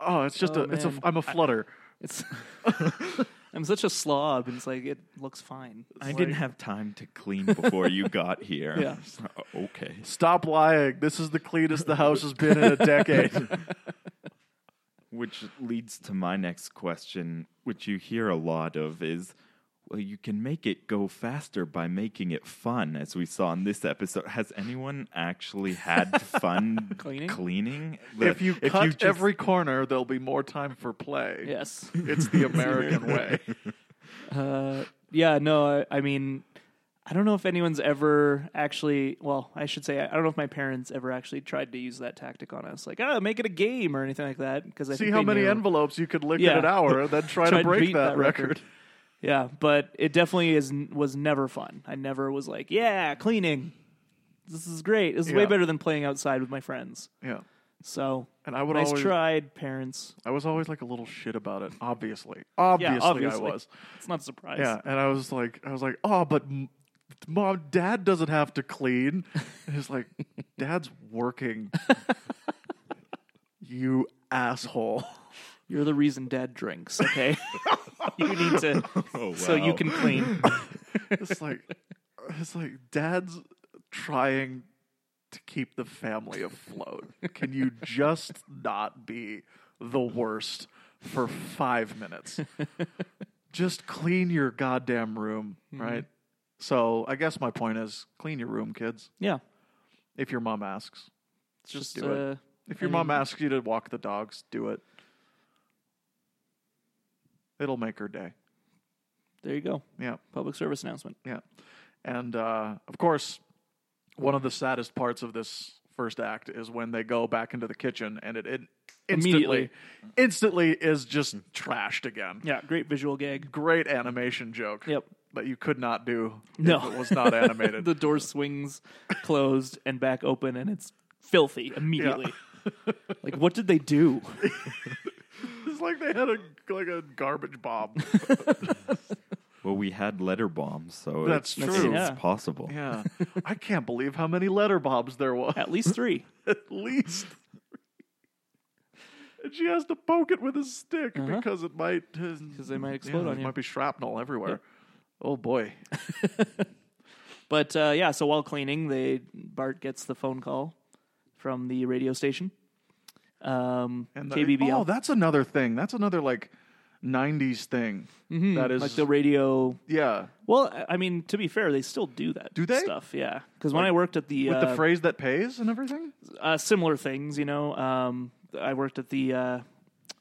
[SPEAKER 1] oh, it's just
[SPEAKER 2] Oh,
[SPEAKER 1] a, it's a,
[SPEAKER 2] man.
[SPEAKER 1] I'm a flutter.
[SPEAKER 2] It's. I'm such a slob, and it's like it looks fine.
[SPEAKER 3] I didn't have time to clean before you got here.
[SPEAKER 2] Yeah.
[SPEAKER 3] okay.
[SPEAKER 1] Stop lying. This is the cleanest the house has been in a decade.
[SPEAKER 3] Which leads to my next question, which you hear a lot of is well, you can make it go faster by making it fun, as we saw in this episode. Has anyone actually had fun
[SPEAKER 2] Cleaning?
[SPEAKER 3] cleaning? The-
[SPEAKER 1] if you cut
[SPEAKER 3] just-
[SPEAKER 1] every corner, there'll be more time for play.
[SPEAKER 2] Yes.
[SPEAKER 1] It's the American way.
[SPEAKER 2] Uh, yeah, no, I, I mean, I don't know if anyone's ever actually, well, I should say, I don't know if my parents ever actually tried to use that tactic on us. Like, ah, make it a game or anything like that. Because I
[SPEAKER 1] See
[SPEAKER 2] think
[SPEAKER 1] how
[SPEAKER 2] they
[SPEAKER 1] many
[SPEAKER 2] knew.
[SPEAKER 1] envelopes you could lick in
[SPEAKER 2] Yeah.
[SPEAKER 1] an hour and then try,
[SPEAKER 2] Tried
[SPEAKER 1] to break
[SPEAKER 2] beat
[SPEAKER 1] that,
[SPEAKER 2] that
[SPEAKER 1] record.
[SPEAKER 2] record. Yeah, but it definitely is was never fun. I never was like, yeah, cleaning. This is great. This is way
[SPEAKER 1] Yeah.
[SPEAKER 2] better than playing outside with my friends.
[SPEAKER 1] Yeah.
[SPEAKER 2] So
[SPEAKER 1] And I would
[SPEAKER 2] nice
[SPEAKER 1] always
[SPEAKER 2] tried, parents.
[SPEAKER 1] I was always like a little shit about it, obviously. Obviously,
[SPEAKER 2] yeah, obviously.
[SPEAKER 1] I was.
[SPEAKER 2] It's not a surprise.
[SPEAKER 1] Yeah, and I was like, I was like, oh, but m- mom, dad doesn't have to clean. And it's like, dad's working. you asshole.
[SPEAKER 2] You're the reason dad drinks, okay? you need to
[SPEAKER 3] Oh,
[SPEAKER 2] so you
[SPEAKER 3] wow.
[SPEAKER 2] can clean.
[SPEAKER 1] It's like, it's like dad's trying to keep the family afloat. Can you just not be the worst for five minutes? just clean your goddamn room,
[SPEAKER 2] Mm-hmm.
[SPEAKER 1] right? So I guess my point is, clean your room, kids.
[SPEAKER 2] Yeah.
[SPEAKER 1] If your mom asks.
[SPEAKER 2] It's just,
[SPEAKER 1] do it.
[SPEAKER 2] uh,
[SPEAKER 1] If your
[SPEAKER 2] I
[SPEAKER 1] mom
[SPEAKER 2] mean-
[SPEAKER 1] asks you to walk the dogs, do it. It'll make her day.
[SPEAKER 2] there you go.
[SPEAKER 1] Yeah,
[SPEAKER 2] Public service announcement.
[SPEAKER 1] yeah. And uh, of course, one of the saddest parts of this first act is when they go back into the kitchen and it, it instantly,
[SPEAKER 2] Immediately.
[SPEAKER 1] instantly is just trashed again.
[SPEAKER 2] Yeah, great visual gag.
[SPEAKER 1] Great animation joke
[SPEAKER 2] Yep.
[SPEAKER 1] that you could not do
[SPEAKER 2] No.
[SPEAKER 1] if it was not animated.
[SPEAKER 2] The door swings closed and back open and it's filthy immediately. like what did they do?
[SPEAKER 1] it's like they had a like a garbage bomb.
[SPEAKER 3] Well, we had letter bombs, so
[SPEAKER 1] That's
[SPEAKER 3] it's,
[SPEAKER 1] That's
[SPEAKER 2] true.
[SPEAKER 3] it's
[SPEAKER 2] Yeah.
[SPEAKER 3] possible.
[SPEAKER 1] yeah, I can't believe how many letter bombs there was.
[SPEAKER 2] At least 3.
[SPEAKER 1] at least. and she has to poke it with a stick
[SPEAKER 2] Uh-huh.
[SPEAKER 1] because it might because
[SPEAKER 2] they might explode on you.
[SPEAKER 1] Might be shrapnel everywhere. Oh boy!
[SPEAKER 2] But uh, yeah, so while cleaning, they Bart gets the phone call from the radio station. Um
[SPEAKER 1] And the,
[SPEAKER 2] KBBL.
[SPEAKER 1] Oh, that's another thing. That's another like '90s thing. That is
[SPEAKER 2] Mm-hmm. like the radio
[SPEAKER 1] yeah.
[SPEAKER 2] Well, I- I mean, to be fair, they still do that.
[SPEAKER 1] Do they?
[SPEAKER 2] stuff? Yeah, because when I worked at the,
[SPEAKER 1] With
[SPEAKER 2] uh,
[SPEAKER 1] the phrase that pays and everything,
[SPEAKER 2] uh, similar things, you know, um, I worked at the uh,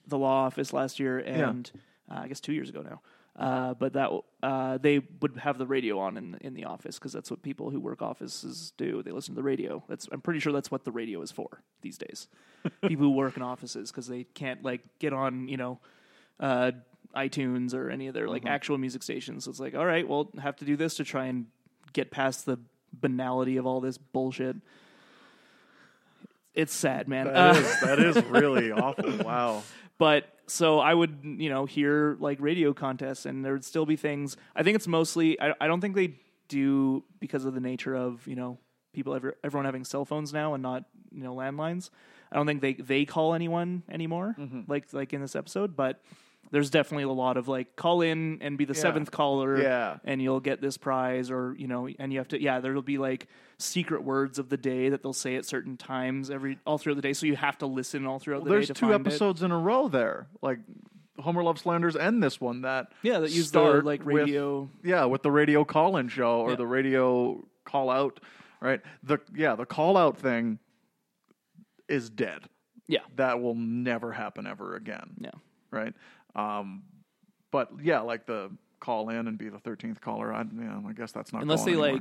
[SPEAKER 2] the law office last year, and uh, I guess two years ago now. Uh, but that uh, they would have the radio on in in the office because that's what people who work offices do. They listen to the radio. That's I'm pretty sure that's what the radio is for these days. people who work in offices because they can't like get on, you know. Uh, iTunes or any of their
[SPEAKER 1] Mm-hmm.
[SPEAKER 2] like actual music stations. So it's like, all right, well, have to do this to try and get past the banality of all this bullshit. It's sad, man. Uh,
[SPEAKER 1] That is that is really awful. Wow.
[SPEAKER 2] but so I would, you know, hear like radio contests, and there would still be things. I think it's mostly. I, I don't think they do because of the nature of you know people ever everyone having cell phones now and not you know landlines. I don't think they they call anyone anymore
[SPEAKER 1] Mm-hmm.
[SPEAKER 2] like like in this episode, but. There's definitely a lot of like call in and be the seventh caller,
[SPEAKER 1] Yeah.
[SPEAKER 2] and you'll get this prize, or you know, and you have to, yeah, there'll be like secret words of the day that they'll say at certain times every all throughout the day, so you have to listen all throughout the day.
[SPEAKER 1] There's
[SPEAKER 2] to
[SPEAKER 1] two
[SPEAKER 2] find it.
[SPEAKER 1] episodes in a row there, like Homer Loves Flanders and this one that
[SPEAKER 2] Yeah, that use the
[SPEAKER 1] start
[SPEAKER 2] like
[SPEAKER 1] with-
[SPEAKER 2] radio.
[SPEAKER 1] yeah, with the radio call in show or the radio call out right? The yeah, the call out thing is dead.
[SPEAKER 2] Yeah.
[SPEAKER 1] That will never happen ever again.
[SPEAKER 2] No.
[SPEAKER 1] Right? Um but yeah, like the call in and be the thirteenth caller, I yeah, I guess that's not
[SPEAKER 2] Unless
[SPEAKER 1] going
[SPEAKER 2] they
[SPEAKER 1] anywhere.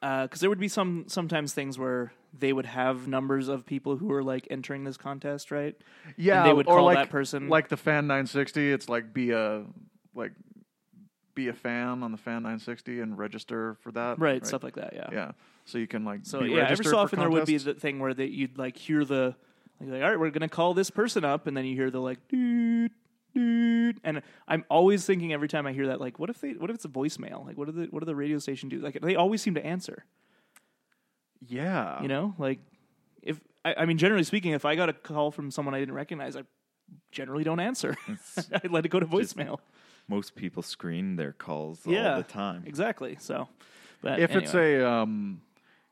[SPEAKER 2] like, because there would be some sometimes things where they would have numbers of people who are like entering this contest, right?
[SPEAKER 1] yeah,
[SPEAKER 2] and they would
[SPEAKER 1] or
[SPEAKER 2] call
[SPEAKER 1] like,
[SPEAKER 2] that person-
[SPEAKER 1] like the fan nine sixty, it's like be a like be a fan on the fan nine sixty and register for that.
[SPEAKER 2] Right, stuff like that. Yeah.
[SPEAKER 1] yeah. So you can like
[SPEAKER 2] So
[SPEAKER 1] be
[SPEAKER 2] yeah, every
[SPEAKER 1] registered
[SPEAKER 2] so
[SPEAKER 1] for
[SPEAKER 2] often there would be
[SPEAKER 1] contests.
[SPEAKER 2] the thing where that you'd like hear the like, like, all right, we're gonna call this person up, and then you hear the like dude. Dude, and I'm always thinking every time I hear that, like, what if they, what if it's a voicemail? Like, what do the, what do the radio station do? Like, they always seem to answer.
[SPEAKER 1] yeah.
[SPEAKER 3] Oh.
[SPEAKER 2] You know, like, if I, I mean, generally speaking, if I got a call from someone I didn't recognize, I generally don't answer. I let it go to voicemail.
[SPEAKER 3] Most people screen their calls
[SPEAKER 2] yeah,
[SPEAKER 3] all the time.
[SPEAKER 2] Exactly. So, but
[SPEAKER 1] if it's
[SPEAKER 2] anyway.
[SPEAKER 1] a um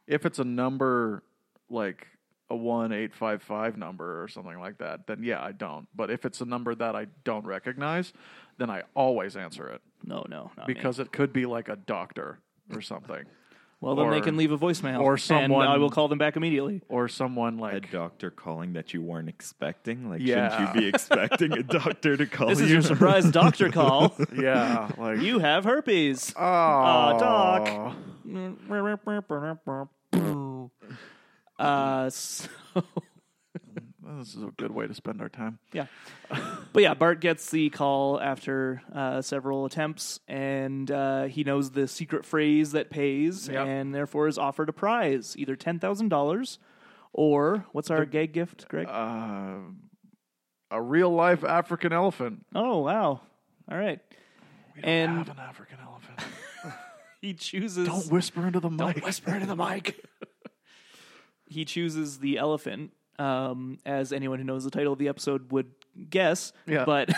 [SPEAKER 1] if it's a number like a one eight five five number or something like that, then yeah, I don't. But if it's a number that I don't recognize, then I always answer it
[SPEAKER 2] no, no, not me.
[SPEAKER 1] because it could be like a doctor or something,
[SPEAKER 2] well, then they
[SPEAKER 1] or-
[SPEAKER 2] can leave a voicemail,
[SPEAKER 1] or
[SPEAKER 2] and
[SPEAKER 1] someone-
[SPEAKER 2] I will call them back immediately.
[SPEAKER 1] or someone
[SPEAKER 3] A
[SPEAKER 1] like
[SPEAKER 3] doctor calling that you weren't expecting. Like,
[SPEAKER 1] Yeah.
[SPEAKER 3] shouldn't you be expecting a doctor to
[SPEAKER 1] Oh,
[SPEAKER 3] call
[SPEAKER 2] This
[SPEAKER 3] you?
[SPEAKER 2] is your surprise doctor call.
[SPEAKER 1] yeah, like
[SPEAKER 2] You have herpes.
[SPEAKER 1] oh,
[SPEAKER 2] doc. Uh, so,
[SPEAKER 1] this is a good way to spend our time.
[SPEAKER 2] yeah, but yeah, Bart gets the call after uh, several attempts, and uh, he knows the secret phrase that pays,
[SPEAKER 1] Yep.
[SPEAKER 2] and therefore is offered a prize, either ten thousand dollars, or what's our gag gift, Greg?
[SPEAKER 1] Uh, a real life African elephant.
[SPEAKER 2] oh wow! All right,
[SPEAKER 1] Have
[SPEAKER 2] and
[SPEAKER 1] an African elephant.
[SPEAKER 2] he chooses.
[SPEAKER 1] Don't whisper into the mic.
[SPEAKER 2] whisper into the mic. he chooses the elephant, um, as anyone who knows the title of the episode would guess.
[SPEAKER 1] Yeah.
[SPEAKER 2] But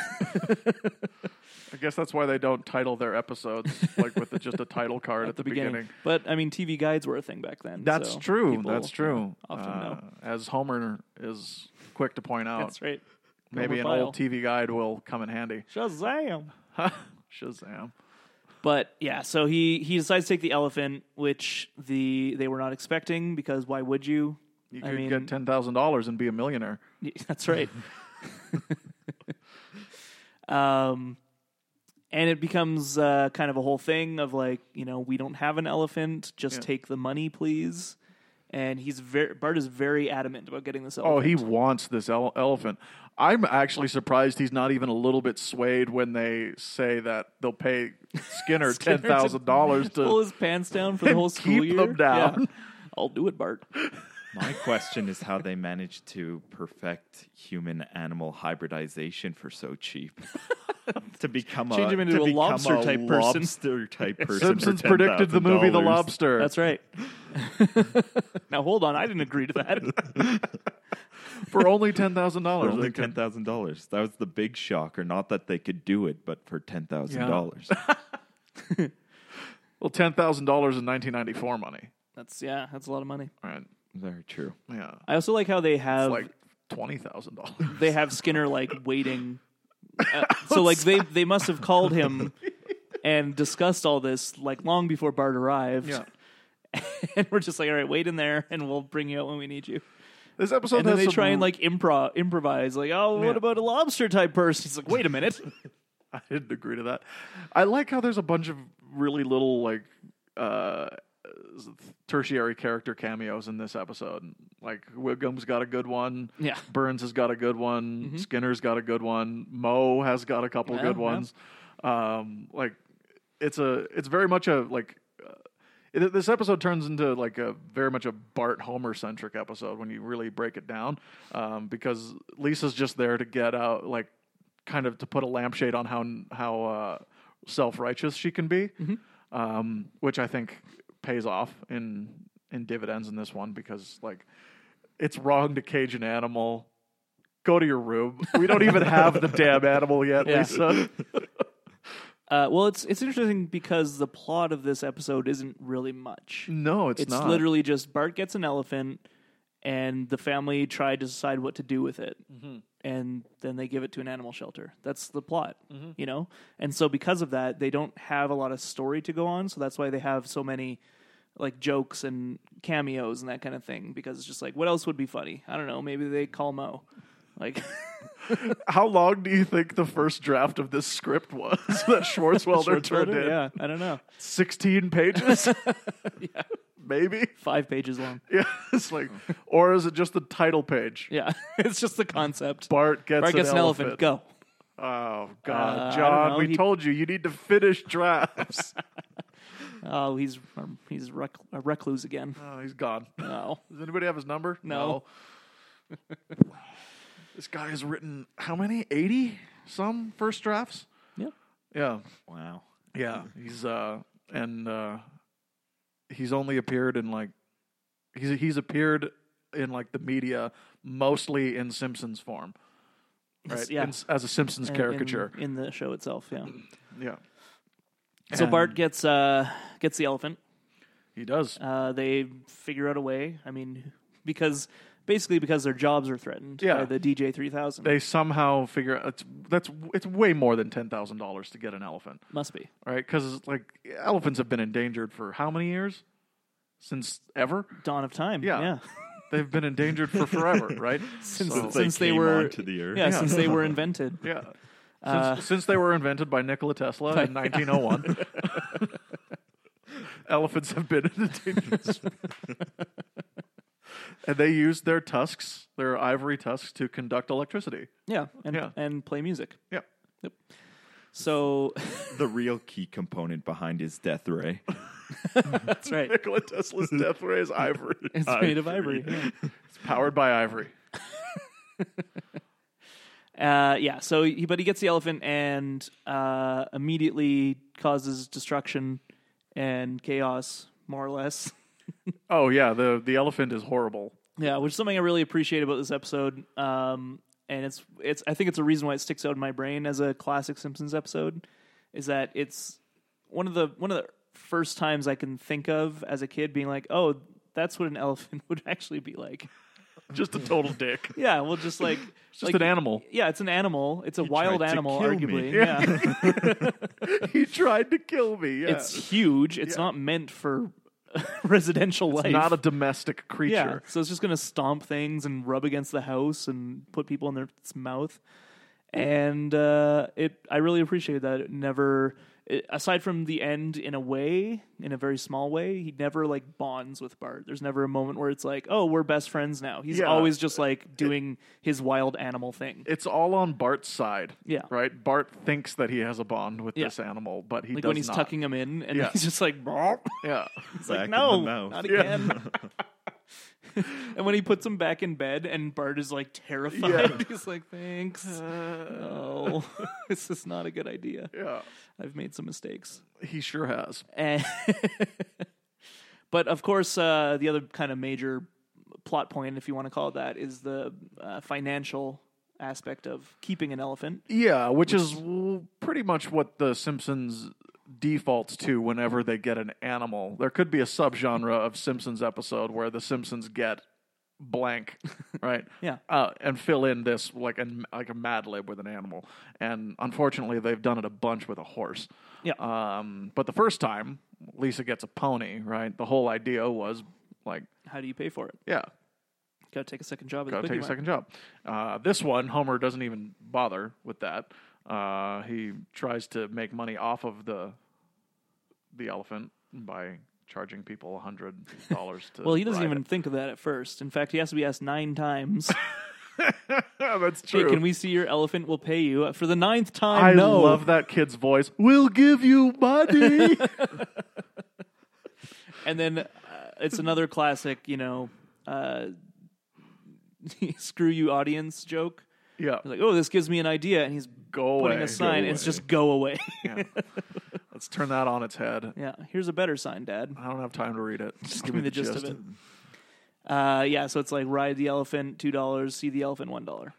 [SPEAKER 1] I guess that's why they don't title their episodes like with the, just a title card at,
[SPEAKER 2] the beginning. But I mean, TV guides were a thing back then.
[SPEAKER 1] That's
[SPEAKER 2] so
[SPEAKER 1] true.
[SPEAKER 2] people-
[SPEAKER 1] That's true.
[SPEAKER 2] often
[SPEAKER 1] Uh,
[SPEAKER 2] know.
[SPEAKER 1] As Homer is quick to point out,
[SPEAKER 2] That's right.
[SPEAKER 1] maybe an
[SPEAKER 2] Homer
[SPEAKER 1] old TV guide will come in handy.
[SPEAKER 2] Pyle. Shazam.
[SPEAKER 1] Shazam!
[SPEAKER 2] But yeah, so he he decides to take the elephant, which the they were not expecting because why would you?
[SPEAKER 1] You
[SPEAKER 2] I
[SPEAKER 1] could
[SPEAKER 2] mean-
[SPEAKER 1] get ten thousand dollars and be a millionaire.
[SPEAKER 2] Yeah, That's right. um, and it becomes uh, kind of a whole thing of like, you know, we don't have an elephant. Just take the money, please. And he's very Bart is very adamant about getting this elephant.
[SPEAKER 1] Oh, he wants this ele- elephant. I'm actually surprised he's not even a little bit swayed when they say that they'll pay Skinner,
[SPEAKER 2] Skinner
[SPEAKER 1] ten thousand dollars to.
[SPEAKER 2] pull his pants down for the whole school
[SPEAKER 1] keep
[SPEAKER 2] year.
[SPEAKER 1] them down.
[SPEAKER 2] Yeah. I'll do it, Bart.
[SPEAKER 3] My question is how they managed to perfect human animal hybridization for so cheap. to become
[SPEAKER 2] Change
[SPEAKER 3] a,
[SPEAKER 2] him into
[SPEAKER 3] to
[SPEAKER 2] a
[SPEAKER 3] become
[SPEAKER 2] lobster
[SPEAKER 3] a
[SPEAKER 2] type person.
[SPEAKER 3] lobster type person. for
[SPEAKER 1] Simpsons predicted the movie The
[SPEAKER 3] $10,000.
[SPEAKER 1] Lobster.
[SPEAKER 2] That's right. now hold on, I didn't agree to that.
[SPEAKER 1] for only ten thousand
[SPEAKER 3] For
[SPEAKER 1] dollars.
[SPEAKER 3] only ten thousand dollars. That was the big shocker. Not that they could do it, but for ten thousand dollars.
[SPEAKER 1] Well, ten thousand dollars in nineteen ninety four money.
[SPEAKER 2] That's yeah, that's a lot of money.
[SPEAKER 1] Right.
[SPEAKER 3] Very true.
[SPEAKER 1] Yeah.
[SPEAKER 2] I also like how they have
[SPEAKER 1] like twenty thousand dollars.
[SPEAKER 2] they have Skinner like waiting. Uh, so like they they must have called him and discussed all this like long before Bart arrived.
[SPEAKER 1] Yeah.
[SPEAKER 2] and we're just like, all right, wait in there, and we'll bring you out when we need you.
[SPEAKER 1] This episode
[SPEAKER 2] And
[SPEAKER 1] has
[SPEAKER 2] then they
[SPEAKER 1] some,
[SPEAKER 2] try and like improv improvise, like, oh, what
[SPEAKER 1] Yeah.
[SPEAKER 2] about a lobster type person? He's like, wait a minute,
[SPEAKER 1] I didn't agree to that. I like how there's a bunch of really little like uh tertiary character cameos in this episode. Like Wiggum's got a good one.
[SPEAKER 2] Yeah. Mm-hmm.
[SPEAKER 1] Burns has got a good one. Skinner's got a good one. Mo has got a couple
[SPEAKER 2] Yeah,
[SPEAKER 1] good
[SPEAKER 2] yeah.
[SPEAKER 1] ones. Um like it's a it's very much a like uh, it, this episode turns into like a very much a Bart Homer centric episode when you really break it down, um, because Lisa's just there to get out, like kind of to put a lampshade on how how uh, self righteous she can be,
[SPEAKER 2] Mm-hmm.
[SPEAKER 1] um, which I think pays off in in dividends in this one because like it's wrong to cage an animal. Go to your room. We don't even have the damn animal yet,
[SPEAKER 2] Yeah.
[SPEAKER 1] Lisa.
[SPEAKER 2] Uh, well, it's it's interesting because the plot of this episode isn't really much.
[SPEAKER 1] No, it's,
[SPEAKER 2] It's
[SPEAKER 1] not.
[SPEAKER 2] literally just Bart gets an elephant, and the family try to decide what to do with it, and then they give it to an animal shelter. That's the plot, you know. And so because of that, they don't have a lot of story to go on. So that's why they have so many like jokes and cameos and that kind of thing because it's just like what else would be funny? I don't know. Maybe they call Mo. Like
[SPEAKER 1] How long do you think the first draft of this script was that Schwartzwelder turned in?
[SPEAKER 2] yeah, I don't know.
[SPEAKER 1] 16 pages? Maybe.
[SPEAKER 2] Five pages long.
[SPEAKER 1] Yeah, it's like, or is it just the title page?
[SPEAKER 2] Yeah, it's just the concept.
[SPEAKER 1] Bart gets,
[SPEAKER 2] Bart gets an elephant. Go.
[SPEAKER 1] Oh
[SPEAKER 2] Uh, I
[SPEAKER 1] God,
[SPEAKER 2] don't know.
[SPEAKER 1] John! We
[SPEAKER 2] He-
[SPEAKER 1] told you you need to finish drafts.
[SPEAKER 2] Oh, he's um, he's rec- a recluse again.
[SPEAKER 1] oh, he's gone.
[SPEAKER 2] No.
[SPEAKER 1] Does anybody have his number?
[SPEAKER 2] No.
[SPEAKER 1] No. this guy has written how many? Eighty some first drafts.
[SPEAKER 2] Yeah.
[SPEAKER 1] Yeah,
[SPEAKER 3] Wow.
[SPEAKER 1] yeah. He's uh, and uh, he's only appeared in like he's he's appeared in like the media mostly in Simpsons form, right?
[SPEAKER 2] Yeah.
[SPEAKER 1] In- as a Simpsons
[SPEAKER 2] In-
[SPEAKER 1] caricature.
[SPEAKER 2] in, in the show itself. Yeah.
[SPEAKER 1] yeah,
[SPEAKER 2] So
[SPEAKER 1] And-
[SPEAKER 2] Bart gets uh gets the elephant.
[SPEAKER 1] he does.
[SPEAKER 2] Uh, they figure out a way. I mean, because basically because their jobs are threatened
[SPEAKER 1] Yeah.
[SPEAKER 2] by the DJ three thousand.
[SPEAKER 1] they somehow figure out it's, that's it's way more than ten thousand dollars to get an elephant,
[SPEAKER 2] Must be.
[SPEAKER 1] right? Because like elephants have been endangered for how many years? Since ever,
[SPEAKER 2] Dawn of time.
[SPEAKER 1] Yeah.
[SPEAKER 2] Yeah.
[SPEAKER 1] they've been endangered for forever, right?
[SPEAKER 2] Since,
[SPEAKER 1] So-
[SPEAKER 3] Since they
[SPEAKER 2] since they
[SPEAKER 3] came
[SPEAKER 2] were
[SPEAKER 3] onto the earth.
[SPEAKER 2] Yeah,
[SPEAKER 1] Yeah.
[SPEAKER 2] since they were invented.
[SPEAKER 1] yeah, since,
[SPEAKER 2] Uh,
[SPEAKER 1] since they were invented by Nikola Tesla in 1901, elephants have been an endangered, species. and they use their tusks, their ivory tusks, to conduct electricity.
[SPEAKER 2] Yeah. And
[SPEAKER 1] Yeah.
[SPEAKER 2] and play music.
[SPEAKER 1] Yeah,
[SPEAKER 2] So
[SPEAKER 3] The real key component behind his death ray.
[SPEAKER 2] that's right.
[SPEAKER 1] Nikola Tesla's death ray is ivory.
[SPEAKER 2] It's made of ivory. yeah.
[SPEAKER 1] It's powered by ivory.
[SPEAKER 2] Uh, yeah. So, he, but he gets the elephant and uh, immediately causes destruction and chaos, more or less.
[SPEAKER 1] Oh yeah, the the elephant is horrible.
[SPEAKER 2] Yeah, which is something I really appreciate about this episode. Um, and it's it's I think it's a reason why it sticks out in my brain as a classic Simpsons episode, is that it's one of the one of the first times I can think of as a kid being like, oh, that's what an elephant would actually be like.
[SPEAKER 1] Just a total dick.
[SPEAKER 2] Yeah, well, just like
[SPEAKER 1] Just
[SPEAKER 2] like-
[SPEAKER 1] an animal.
[SPEAKER 2] Yeah, it's an animal. It's a wild
[SPEAKER 3] tried to
[SPEAKER 2] animal,
[SPEAKER 3] kill me.
[SPEAKER 2] arguably.
[SPEAKER 1] Yeah.
[SPEAKER 2] yeah.
[SPEAKER 1] he tried to kill me. Yeah.
[SPEAKER 2] It's huge. It's not meant for residential life.
[SPEAKER 1] not a domestic creature.
[SPEAKER 2] yeah. So it's just gonna stomp things and rub against the house and put people in their its mouth. And uh, it, I really appreciate that. It never, it, aside from the end, in a way, in a very small way, he never like bonds with Bart. There's never a moment where it's like, oh, we're best friends now. He's
[SPEAKER 1] Yeah.
[SPEAKER 2] always just like doing his wild animal thing.
[SPEAKER 1] It's all on Bart's side.
[SPEAKER 2] Yeah.
[SPEAKER 1] Right? Bart thinks that he has a bond with
[SPEAKER 2] Yeah.
[SPEAKER 1] this animal, but he
[SPEAKER 2] like
[SPEAKER 1] does
[SPEAKER 2] when he's
[SPEAKER 1] not.
[SPEAKER 2] tucking him in, and
[SPEAKER 1] Yeah.
[SPEAKER 2] he's just like,
[SPEAKER 1] Yeah.
[SPEAKER 2] It's like,
[SPEAKER 3] Back in
[SPEAKER 2] no,
[SPEAKER 3] the mouth."
[SPEAKER 2] not
[SPEAKER 1] Yeah.
[SPEAKER 2] again. and when he puts him back in bed, and Bart is like terrified, he's like, thanks. No, this is not a good idea.
[SPEAKER 1] yeah.
[SPEAKER 2] I've made some mistakes.
[SPEAKER 1] He sure has.
[SPEAKER 2] And but of course, uh, the other kind of major plot point, if you want to call it that, is the uh, financial aspect of keeping an elephant.
[SPEAKER 1] Yeah, which, is w- pretty much what the Simpsons defaults to whenever they get an animal. There could be a subgenre of Simpsons episode where the Simpsons get blank, right?
[SPEAKER 2] Yeah.
[SPEAKER 1] uh, and fill in this like a like a Mad Lib with an animal. And unfortunately, they've done it a bunch with a horse.
[SPEAKER 2] Yeah.
[SPEAKER 1] Um, but the first time Lisa gets a pony, right? The whole idea was like,
[SPEAKER 2] How do you pay for it?
[SPEAKER 1] yeah,
[SPEAKER 2] Gotta take a second job. at the
[SPEAKER 1] gotta take
[SPEAKER 2] quickie
[SPEAKER 1] a second
[SPEAKER 2] mart.
[SPEAKER 1] job. Uh, this one, Homer doesn't even bother with that. Uh, he tries to make money off of the the elephant by charging people hundred dollars to.
[SPEAKER 2] Well, he doesn't
[SPEAKER 1] ride
[SPEAKER 2] even
[SPEAKER 1] it.
[SPEAKER 2] think of that at first. In fact, he has to be asked nine times.
[SPEAKER 1] That's
[SPEAKER 2] Hey,
[SPEAKER 1] true.
[SPEAKER 2] can we see your elephant? We'll pay you for the ninth time.
[SPEAKER 1] I
[SPEAKER 2] no.
[SPEAKER 1] love that kid's voice. We'll give you money.
[SPEAKER 2] And then uh, it's another classic, you know, uh, screw you audience joke.
[SPEAKER 1] yeah.
[SPEAKER 2] Like, oh, this gives me an idea, and he's
[SPEAKER 1] go
[SPEAKER 2] putting
[SPEAKER 1] away.
[SPEAKER 2] a sign.
[SPEAKER 3] Go
[SPEAKER 2] It's
[SPEAKER 3] away.
[SPEAKER 2] just go away.
[SPEAKER 1] Yeah. Let's turn that on its head.
[SPEAKER 2] yeah, here's a better sign, Dad.
[SPEAKER 1] I don't have time to read it.
[SPEAKER 2] Just give me the gist of it. Uh, yeah, so it's like ride the elephant two dollars, see the elephant one dollar.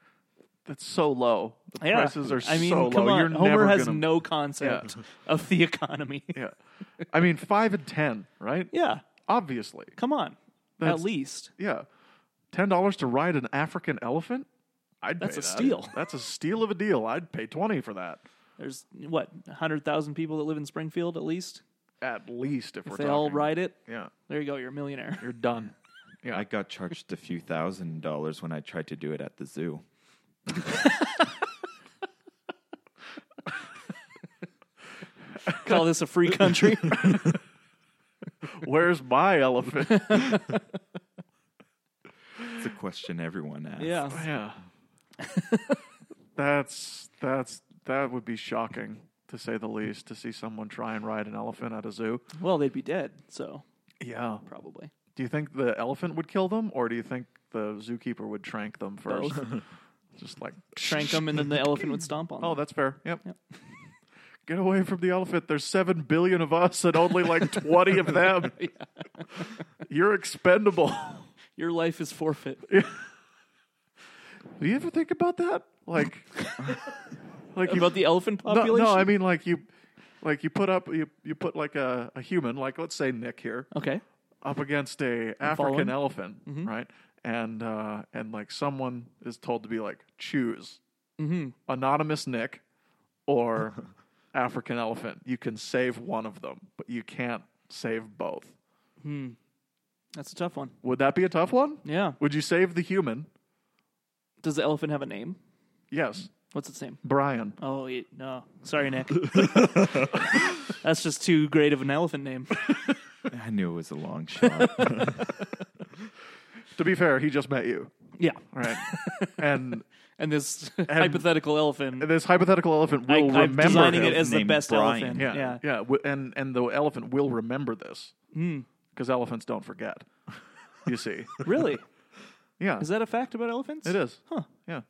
[SPEAKER 1] That's so low. The
[SPEAKER 2] Yeah,
[SPEAKER 1] prices are
[SPEAKER 2] I mean,
[SPEAKER 1] so
[SPEAKER 2] come
[SPEAKER 1] low.
[SPEAKER 2] on,
[SPEAKER 1] You're
[SPEAKER 2] Homer
[SPEAKER 1] never
[SPEAKER 2] has
[SPEAKER 1] gonna...
[SPEAKER 2] no concept of the economy.
[SPEAKER 1] Yeah. I mean, five and ten, right?
[SPEAKER 2] yeah,
[SPEAKER 1] Obviously.
[SPEAKER 2] come on,
[SPEAKER 1] That's-
[SPEAKER 2] at least.
[SPEAKER 1] Yeah. Ten dollars to ride an African elephant. I'd
[SPEAKER 2] That's
[SPEAKER 1] pay
[SPEAKER 2] a
[SPEAKER 1] that.
[SPEAKER 2] steal.
[SPEAKER 1] That's a steal of a deal. I'd pay twenty for that.
[SPEAKER 2] There's what hundred thousand people that live in Springfield at least.
[SPEAKER 1] at least if, we're
[SPEAKER 2] If they
[SPEAKER 1] talking.
[SPEAKER 2] all write it,
[SPEAKER 1] Yeah,
[SPEAKER 2] there you go. You're a millionaire.
[SPEAKER 1] you're done. Yeah.
[SPEAKER 3] I got charged a few thousand dollars when I tried to do it at the zoo.
[SPEAKER 2] Call this a free country.
[SPEAKER 1] Where's my elephant?
[SPEAKER 3] It's a question everyone asks.
[SPEAKER 2] yeah.
[SPEAKER 1] yeah. that's that's that would be shocking to say the least to see someone try and ride an elephant at a zoo.
[SPEAKER 2] Well, they'd be dead. So
[SPEAKER 1] Yeah.
[SPEAKER 2] probably.
[SPEAKER 1] Do you think the elephant would kill them, or do you think the zookeeper would trank them first? Just like
[SPEAKER 2] Shrank them, and then the elephant would stomp on them.
[SPEAKER 1] Oh, that's fair. Yep. Get away from the elephant. There's seven billion of us and only like 20 of them. You're expendable.
[SPEAKER 2] Your life is forfeit.
[SPEAKER 1] Do you ever think about that? Like, like you,
[SPEAKER 2] About the elephant
[SPEAKER 1] no,
[SPEAKER 2] population?
[SPEAKER 1] no, I mean like you, like you put up, you, you put like a, a human, like let's say Nick here,
[SPEAKER 2] okay.
[SPEAKER 1] up against a African
[SPEAKER 2] following.
[SPEAKER 1] elephant,
[SPEAKER 2] Mm-hmm.
[SPEAKER 1] right? And uh, and like someone is told to be like choose
[SPEAKER 2] Mm-hmm.
[SPEAKER 1] anonymous Nick or African elephant. You can save one of them, but you can't save both.
[SPEAKER 2] That's a tough one.
[SPEAKER 1] Would that be a tough one?
[SPEAKER 2] Yeah.
[SPEAKER 1] Would you save the human?
[SPEAKER 2] Does the elephant have a name?
[SPEAKER 1] Yes,
[SPEAKER 2] What's its name?
[SPEAKER 1] Brian.
[SPEAKER 2] Oh, it, no. Sorry, Nick. That's just too great of an elephant name.
[SPEAKER 3] I knew it was a long shot.
[SPEAKER 1] To be fair, he just met you,
[SPEAKER 2] Yeah.
[SPEAKER 1] right? and
[SPEAKER 2] And this hypothetical elephant.
[SPEAKER 1] this hypothetical elephant will
[SPEAKER 2] I, I'm
[SPEAKER 1] remember
[SPEAKER 2] designing
[SPEAKER 1] him.
[SPEAKER 2] it as the
[SPEAKER 3] Named
[SPEAKER 2] best
[SPEAKER 3] Brian.
[SPEAKER 2] elephant.
[SPEAKER 1] yeah, yeah, W- and and the elephant will remember this
[SPEAKER 2] Hmm.
[SPEAKER 1] because elephants don't forget. You see,
[SPEAKER 2] Really?
[SPEAKER 1] yeah,
[SPEAKER 2] Is that a fact about elephants?
[SPEAKER 1] it is.
[SPEAKER 2] Huh.
[SPEAKER 1] Yeah,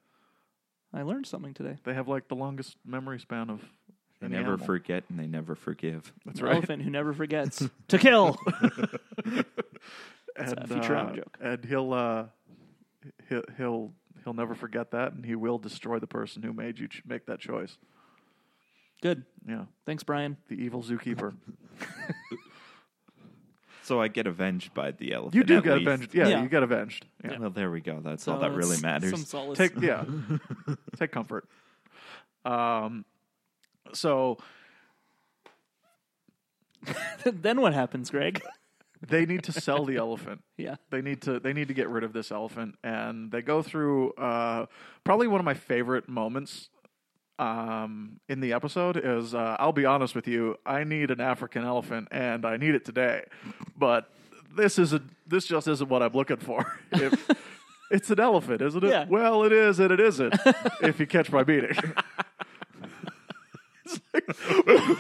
[SPEAKER 2] I learned something today.
[SPEAKER 1] they have like the longest memory span of.
[SPEAKER 3] they
[SPEAKER 1] any
[SPEAKER 3] never
[SPEAKER 1] animal.
[SPEAKER 3] forget and they never forgive.
[SPEAKER 1] That's
[SPEAKER 2] An
[SPEAKER 1] right.
[SPEAKER 2] Elephant who never forgets to kill.
[SPEAKER 1] and,
[SPEAKER 2] a Futurama joke.
[SPEAKER 1] And he'll uh, he'll he'll he'll never forget that, and he will destroy the person who made you ch- make that choice.
[SPEAKER 2] Good.
[SPEAKER 1] Yeah,
[SPEAKER 2] Thanks, Brian.
[SPEAKER 1] the evil zookeeper.
[SPEAKER 3] So I get avenged by the elephant.
[SPEAKER 1] You do
[SPEAKER 3] at
[SPEAKER 1] get
[SPEAKER 3] least.
[SPEAKER 1] avenged. Yeah,
[SPEAKER 2] Yeah.
[SPEAKER 1] you get avenged. Yeah.
[SPEAKER 3] Well, there we go. That's all
[SPEAKER 2] So
[SPEAKER 3] that really
[SPEAKER 2] it's
[SPEAKER 3] matters.
[SPEAKER 2] Some solace.
[SPEAKER 1] Take yeah, take comfort. Um, so
[SPEAKER 2] then what happens, Greg?
[SPEAKER 1] they need to sell the elephant.
[SPEAKER 2] yeah.
[SPEAKER 1] They need to they need to get rid of this elephant, and they go through uh, probably one of my favorite moments um, in the episode is uh, I'll be honest with you, I need an African elephant, and I need it today, but this isn't this just isn't what I'm looking for. If, it's an elephant, isn't it?
[SPEAKER 2] Yeah.
[SPEAKER 1] Well, it is, and it isn't. if you catch my meaning.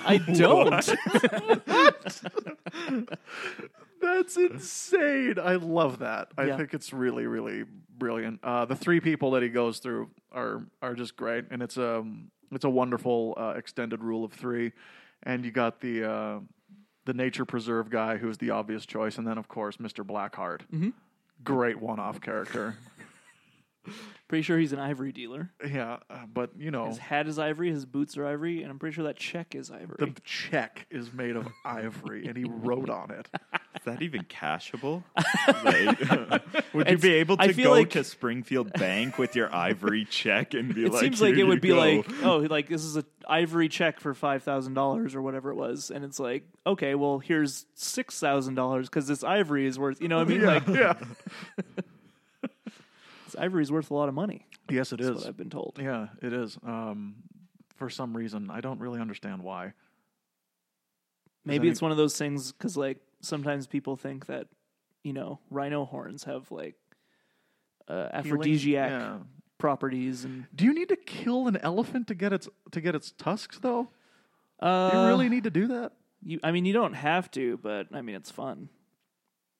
[SPEAKER 2] I don't.
[SPEAKER 1] That's insane. I love that. I
[SPEAKER 2] Yeah.
[SPEAKER 1] think it's really, really brilliant. Uh, the three people that he goes through are are just great, and it's um it's a wonderful uh, extended rule of three. And you got the uh, the nature preserve guy who's the obvious choice, and then of course Mr. Blackheart,
[SPEAKER 2] Mm-hmm.
[SPEAKER 1] great one off character.
[SPEAKER 2] Pretty sure he's an ivory dealer.
[SPEAKER 1] yeah, uh, but you know
[SPEAKER 2] His hat is ivory, his boots are ivory, and I'm pretty sure that check is
[SPEAKER 1] the
[SPEAKER 2] ivory.
[SPEAKER 1] check is made of ivory, and he wrote on it.
[SPEAKER 3] Is that even cashable? Like, would you
[SPEAKER 2] It's-
[SPEAKER 3] be able to
[SPEAKER 2] I feel
[SPEAKER 3] go
[SPEAKER 2] like-
[SPEAKER 3] to Springfield Bank with your ivory check and be
[SPEAKER 2] it
[SPEAKER 3] like,
[SPEAKER 2] seems like
[SPEAKER 3] "Here
[SPEAKER 2] it would be
[SPEAKER 3] you go."
[SPEAKER 2] like, oh, like this is a ivory check for five thousand dollars or whatever it was, and it's like, okay, well, here's six thousand dollars because this ivory is worth, you know, what I mean, like
[SPEAKER 1] yeah.
[SPEAKER 2] this ivory is worth a lot of money.
[SPEAKER 1] Yes, it
[SPEAKER 2] That's
[SPEAKER 1] is.
[SPEAKER 2] what I've been told.
[SPEAKER 1] Yeah, it is. Um, for some reason, I don't really understand why.
[SPEAKER 2] Maybe
[SPEAKER 1] any-
[SPEAKER 2] it's one of those things because, like, sometimes people think that you know rhino horns have like uh, aphrodisiac
[SPEAKER 1] Yeah.
[SPEAKER 2] properties, and
[SPEAKER 1] Do you need to kill an elephant to get its to get its tusks though?
[SPEAKER 2] uh,
[SPEAKER 1] Do you really need to do that?
[SPEAKER 2] You, I mean, you don't have to, but I mean, it's fun.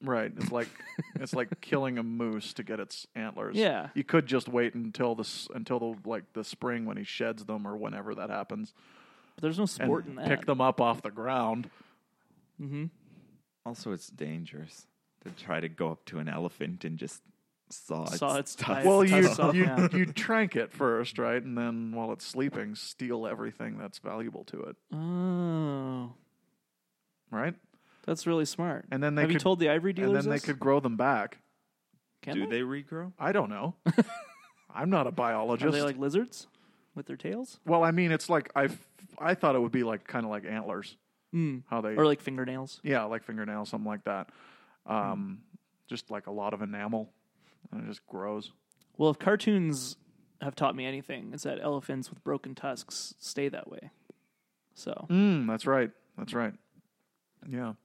[SPEAKER 1] Right. It's like it's like killing a moose to get its antlers.
[SPEAKER 2] Yeah.
[SPEAKER 1] You could just wait until the s- until the like the spring when he sheds them or whenever that happens
[SPEAKER 2] But there's no
[SPEAKER 1] and
[SPEAKER 2] sport in that.
[SPEAKER 1] pick them up off the ground.
[SPEAKER 3] Also, it's dangerous to try to go up to an elephant and just saw its,
[SPEAKER 2] Saw its
[SPEAKER 3] tusks.
[SPEAKER 2] tusks.
[SPEAKER 1] Well,
[SPEAKER 2] It's
[SPEAKER 1] you
[SPEAKER 2] tough stuff,
[SPEAKER 1] you
[SPEAKER 2] yeah.
[SPEAKER 1] you trank it first, right? And then while it's sleeping, steal everything that's valuable to it,
[SPEAKER 2] Oh,
[SPEAKER 1] right?
[SPEAKER 2] that's really smart.
[SPEAKER 1] And then they
[SPEAKER 2] have you
[SPEAKER 1] could-
[SPEAKER 2] told the ivory
[SPEAKER 1] And
[SPEAKER 2] dealers?
[SPEAKER 1] then they
[SPEAKER 2] this?
[SPEAKER 1] could grow them back.
[SPEAKER 2] Can
[SPEAKER 3] Do they regrow?
[SPEAKER 1] I don't know. I'm not a biologist.
[SPEAKER 2] Are they like lizards with their tails?
[SPEAKER 1] Well, I mean, it's like I, f- I thought it would be like kind of like antlers, How they
[SPEAKER 2] or like fingernails.
[SPEAKER 1] yeah, like fingernail, something like that. Um,
[SPEAKER 2] Hmm.
[SPEAKER 1] just like a lot of enamel, and it just grows.
[SPEAKER 2] Well, if cartoons have taught me anything, it's that elephants with broken tusks stay that way. So
[SPEAKER 1] Mm, that's right. That's right. Yeah.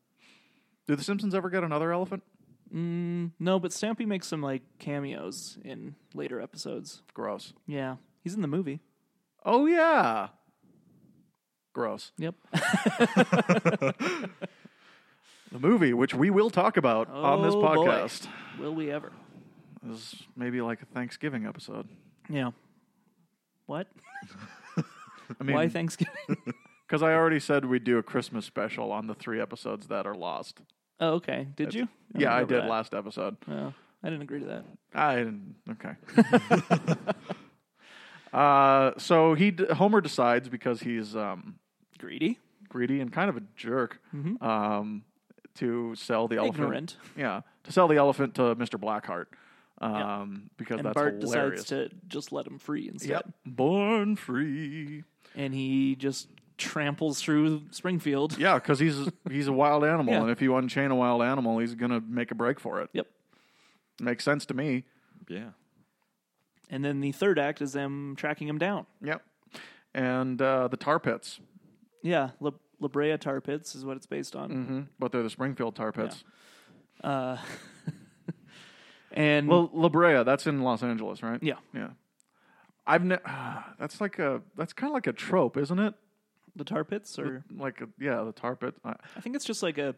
[SPEAKER 1] Do the Simpsons ever get another elephant?
[SPEAKER 2] mm, no, but Stampy makes some like cameos in later episodes.
[SPEAKER 1] Gross.
[SPEAKER 2] Yeah, he's in the movie.
[SPEAKER 1] Oh yeah. Gross.
[SPEAKER 2] Yep.
[SPEAKER 1] The movie, which we will talk about on this
[SPEAKER 2] Oh, boy.
[SPEAKER 1] podcast,
[SPEAKER 2] Will we ever?
[SPEAKER 1] is maybe like a Thanksgiving episode.
[SPEAKER 2] Yeah. What?
[SPEAKER 1] I mean,
[SPEAKER 2] Why Thanksgiving?
[SPEAKER 1] Because I already said we'd do a Christmas special on the three episodes that are lost.
[SPEAKER 2] oh, okay. Did you? don't
[SPEAKER 1] yeah, I
[SPEAKER 2] remember
[SPEAKER 1] did
[SPEAKER 2] that.
[SPEAKER 1] last episode.
[SPEAKER 2] Oh, I didn't agree to that.
[SPEAKER 1] I didn't. Okay. uh, so he d- Homer decides because he's um,
[SPEAKER 2] Greedy,
[SPEAKER 1] greedy and kind of a jerk um, to sell the elephant.
[SPEAKER 2] Mm-hmm. ignorant,
[SPEAKER 1] Yeah, to sell the elephant to Mr. Blackheart um, because
[SPEAKER 2] and
[SPEAKER 1] that's
[SPEAKER 2] Bart
[SPEAKER 1] hilarious.
[SPEAKER 2] decides to just let him free instead.
[SPEAKER 1] yep, born free.
[SPEAKER 2] And he just tramples through Springfield.
[SPEAKER 1] Yeah, because he's he's a wild animal,
[SPEAKER 2] Yeah.
[SPEAKER 1] and if you unchain a wild animal, he's gonna make a break for it.
[SPEAKER 2] Yep.
[SPEAKER 1] Makes sense to me.
[SPEAKER 3] Yeah.
[SPEAKER 2] And then the third act is them tracking him down.
[SPEAKER 1] Yep. And uh, the tar pits,
[SPEAKER 2] Yeah, La, La Brea Tar Pits is what it's based on.
[SPEAKER 1] hmm but they're the Springfield tar pits.
[SPEAKER 2] Uh, and
[SPEAKER 1] Well, La Brea, that's in Los Angeles, right?
[SPEAKER 2] yeah,
[SPEAKER 1] Yeah. I've ne- that's like a that's kind of like a trope, isn't it?
[SPEAKER 2] the Tar Pits, or
[SPEAKER 1] Like a, yeah, the tar pit. uh, I-
[SPEAKER 2] I think it's just like a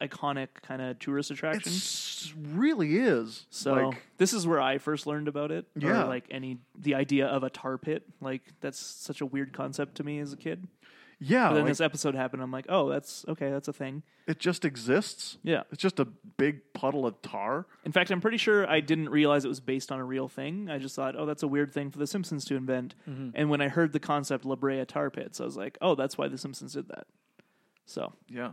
[SPEAKER 2] iconic kind of tourist attraction.
[SPEAKER 1] It's really is.
[SPEAKER 2] So
[SPEAKER 1] like,
[SPEAKER 2] this is where I first learned about it. or,
[SPEAKER 1] Yeah.
[SPEAKER 2] like any the idea of a tar pit, like that's such a weird concept to me as a kid.
[SPEAKER 1] yeah,
[SPEAKER 2] But then
[SPEAKER 1] Oh, like,
[SPEAKER 2] this episode happened. I'm like, oh, that's okay. That's a thing.
[SPEAKER 1] it just exists.
[SPEAKER 2] Yeah.
[SPEAKER 1] It's just a big puddle of tar.
[SPEAKER 2] In fact, I'm pretty sure I didn't realize it was based on a real thing. I just thought, oh, that's a weird thing for The Simpsons to invent.
[SPEAKER 1] Mm-hmm.
[SPEAKER 2] And when I heard the concept La Brea Tar Pits, I was like, oh, that's why The Simpsons did that. So,
[SPEAKER 1] Yeah.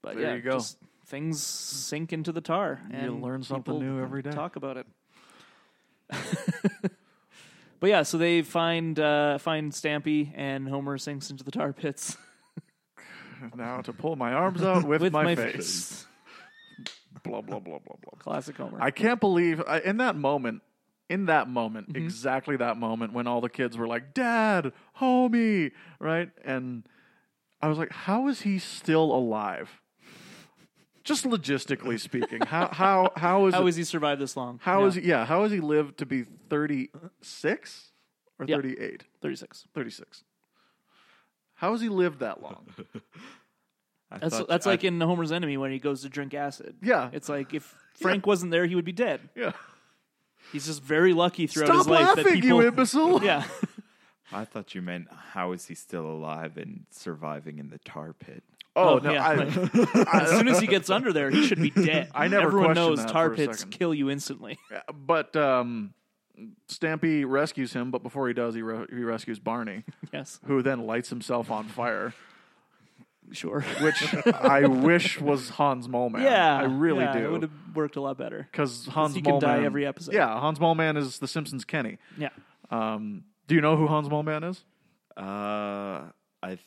[SPEAKER 2] but
[SPEAKER 1] There
[SPEAKER 2] yeah,
[SPEAKER 1] you go.
[SPEAKER 2] just things sink into the tar. And
[SPEAKER 1] learn something
[SPEAKER 2] people
[SPEAKER 1] new every day.
[SPEAKER 2] Talk about it. but yeah, so they find uh, find Stampy, and Homer sinks into the tar pits
[SPEAKER 1] Now to pull my arms out with,
[SPEAKER 2] with
[SPEAKER 1] my,
[SPEAKER 2] my,
[SPEAKER 1] face.
[SPEAKER 2] face.
[SPEAKER 1] Blah blah blah blah blah.
[SPEAKER 2] Classic Homer.
[SPEAKER 1] I can't believe I, in that moment, in that moment,
[SPEAKER 2] Mm-hmm.
[SPEAKER 1] exactly that moment when all the kids were like, "Dad, homie," right? And I was like, "How is he still alive?" Just logistically speaking, how how how is
[SPEAKER 2] How
[SPEAKER 1] it,
[SPEAKER 2] has he survived this long?
[SPEAKER 1] how
[SPEAKER 2] yeah,
[SPEAKER 1] is he, yeah how has he lived to be thirty six or
[SPEAKER 2] Yeah.
[SPEAKER 1] thirty eight?
[SPEAKER 2] 36?
[SPEAKER 1] Thirty six. How has he lived that long?
[SPEAKER 3] I
[SPEAKER 2] That's
[SPEAKER 3] thought-
[SPEAKER 2] that's
[SPEAKER 3] I-
[SPEAKER 2] like in Homer's Enemy when he goes to drink acid.
[SPEAKER 1] Yeah.
[SPEAKER 2] it's like if Frank wasn't there, he would be dead.
[SPEAKER 1] Yeah.
[SPEAKER 2] He's just very lucky throughout
[SPEAKER 1] Stop
[SPEAKER 2] his life that
[SPEAKER 1] laughing,
[SPEAKER 2] people.
[SPEAKER 1] you imbecile!
[SPEAKER 2] yeah,
[SPEAKER 3] I thought you meant how is he still alive and surviving in the tar pit?
[SPEAKER 1] Oh,
[SPEAKER 2] Oh,
[SPEAKER 1] no,
[SPEAKER 2] yeah,
[SPEAKER 1] I,
[SPEAKER 2] as soon as he gets under there, he should be dead.
[SPEAKER 1] I never
[SPEAKER 2] Everyone
[SPEAKER 1] questioned
[SPEAKER 2] knows
[SPEAKER 1] that
[SPEAKER 2] tar
[SPEAKER 1] for a
[SPEAKER 2] pits
[SPEAKER 1] second.
[SPEAKER 2] kill you instantly.
[SPEAKER 1] but um, Stampy rescues him, but before he does, he, re- he rescues Barney,
[SPEAKER 2] yes,
[SPEAKER 1] who then lights himself on fire,
[SPEAKER 2] sure.
[SPEAKER 1] which I wish was Hans Moleman.
[SPEAKER 2] yeah,
[SPEAKER 1] I really
[SPEAKER 2] yeah, It would
[SPEAKER 1] do.
[SPEAKER 2] have worked a lot better.
[SPEAKER 1] Because Hans
[SPEAKER 2] he can
[SPEAKER 1] Moleman-
[SPEAKER 2] die every episode.
[SPEAKER 1] Yeah, Hans Moleman is The Simpsons Kenny.
[SPEAKER 2] Yeah,
[SPEAKER 1] Um, do you know who Hans Moleman is?
[SPEAKER 3] Uh, I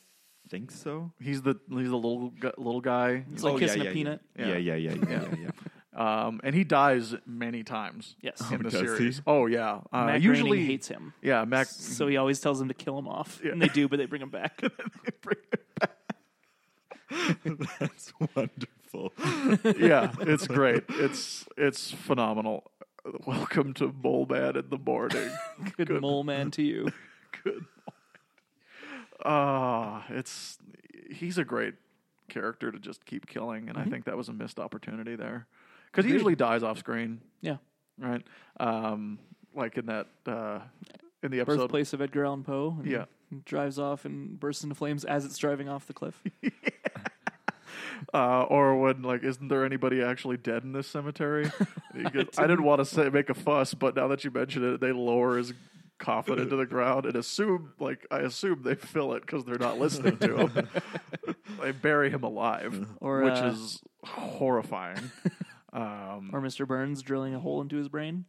[SPEAKER 3] think so.
[SPEAKER 1] He's the he's the little gu- little guy,
[SPEAKER 2] it's like
[SPEAKER 3] Oh,
[SPEAKER 2] kissing
[SPEAKER 3] yeah,
[SPEAKER 2] a
[SPEAKER 3] yeah,
[SPEAKER 2] peanut.
[SPEAKER 3] Yeah, yeah, yeah, yeah, yeah. yeah, yeah.
[SPEAKER 1] um, and he dies many times.
[SPEAKER 2] Yes.
[SPEAKER 1] in the
[SPEAKER 3] does he?
[SPEAKER 1] series. Oh yeah, uh,
[SPEAKER 2] Mac
[SPEAKER 1] usually Mhm.
[SPEAKER 2] Groening hates him,
[SPEAKER 1] Yeah, Mac.
[SPEAKER 2] so he always tells him to kill him off, and they do, but they bring him back.
[SPEAKER 3] That's wonderful.
[SPEAKER 1] yeah, it's great. It's it's phenomenal. Welcome to Mole Man in the morning.
[SPEAKER 2] Good, mole man to you.
[SPEAKER 1] Ah, it's he's a great character to just keep killing, and I think that was a missed opportunity there because he usually dies off screen,
[SPEAKER 2] Yeah,
[SPEAKER 1] right? Um, like in that uh, in the episode.
[SPEAKER 2] birthplace of Edgar Allan Poe. And
[SPEAKER 1] Yeah.
[SPEAKER 2] drives off and bursts into flames as it's driving off the cliff.
[SPEAKER 1] Uh, or when like, isn't there anybody actually dead in this cemetery? He goes, I, didn't want to say make a fuss, but now that you mention it, they lower his coffin into the ground and assume like I assume they fill it because they're not listening to him. they bury him alive,
[SPEAKER 2] Or,
[SPEAKER 1] which
[SPEAKER 2] uh,
[SPEAKER 1] is horrifying. um,
[SPEAKER 2] Or Mr. Burns drilling a hole into his brain.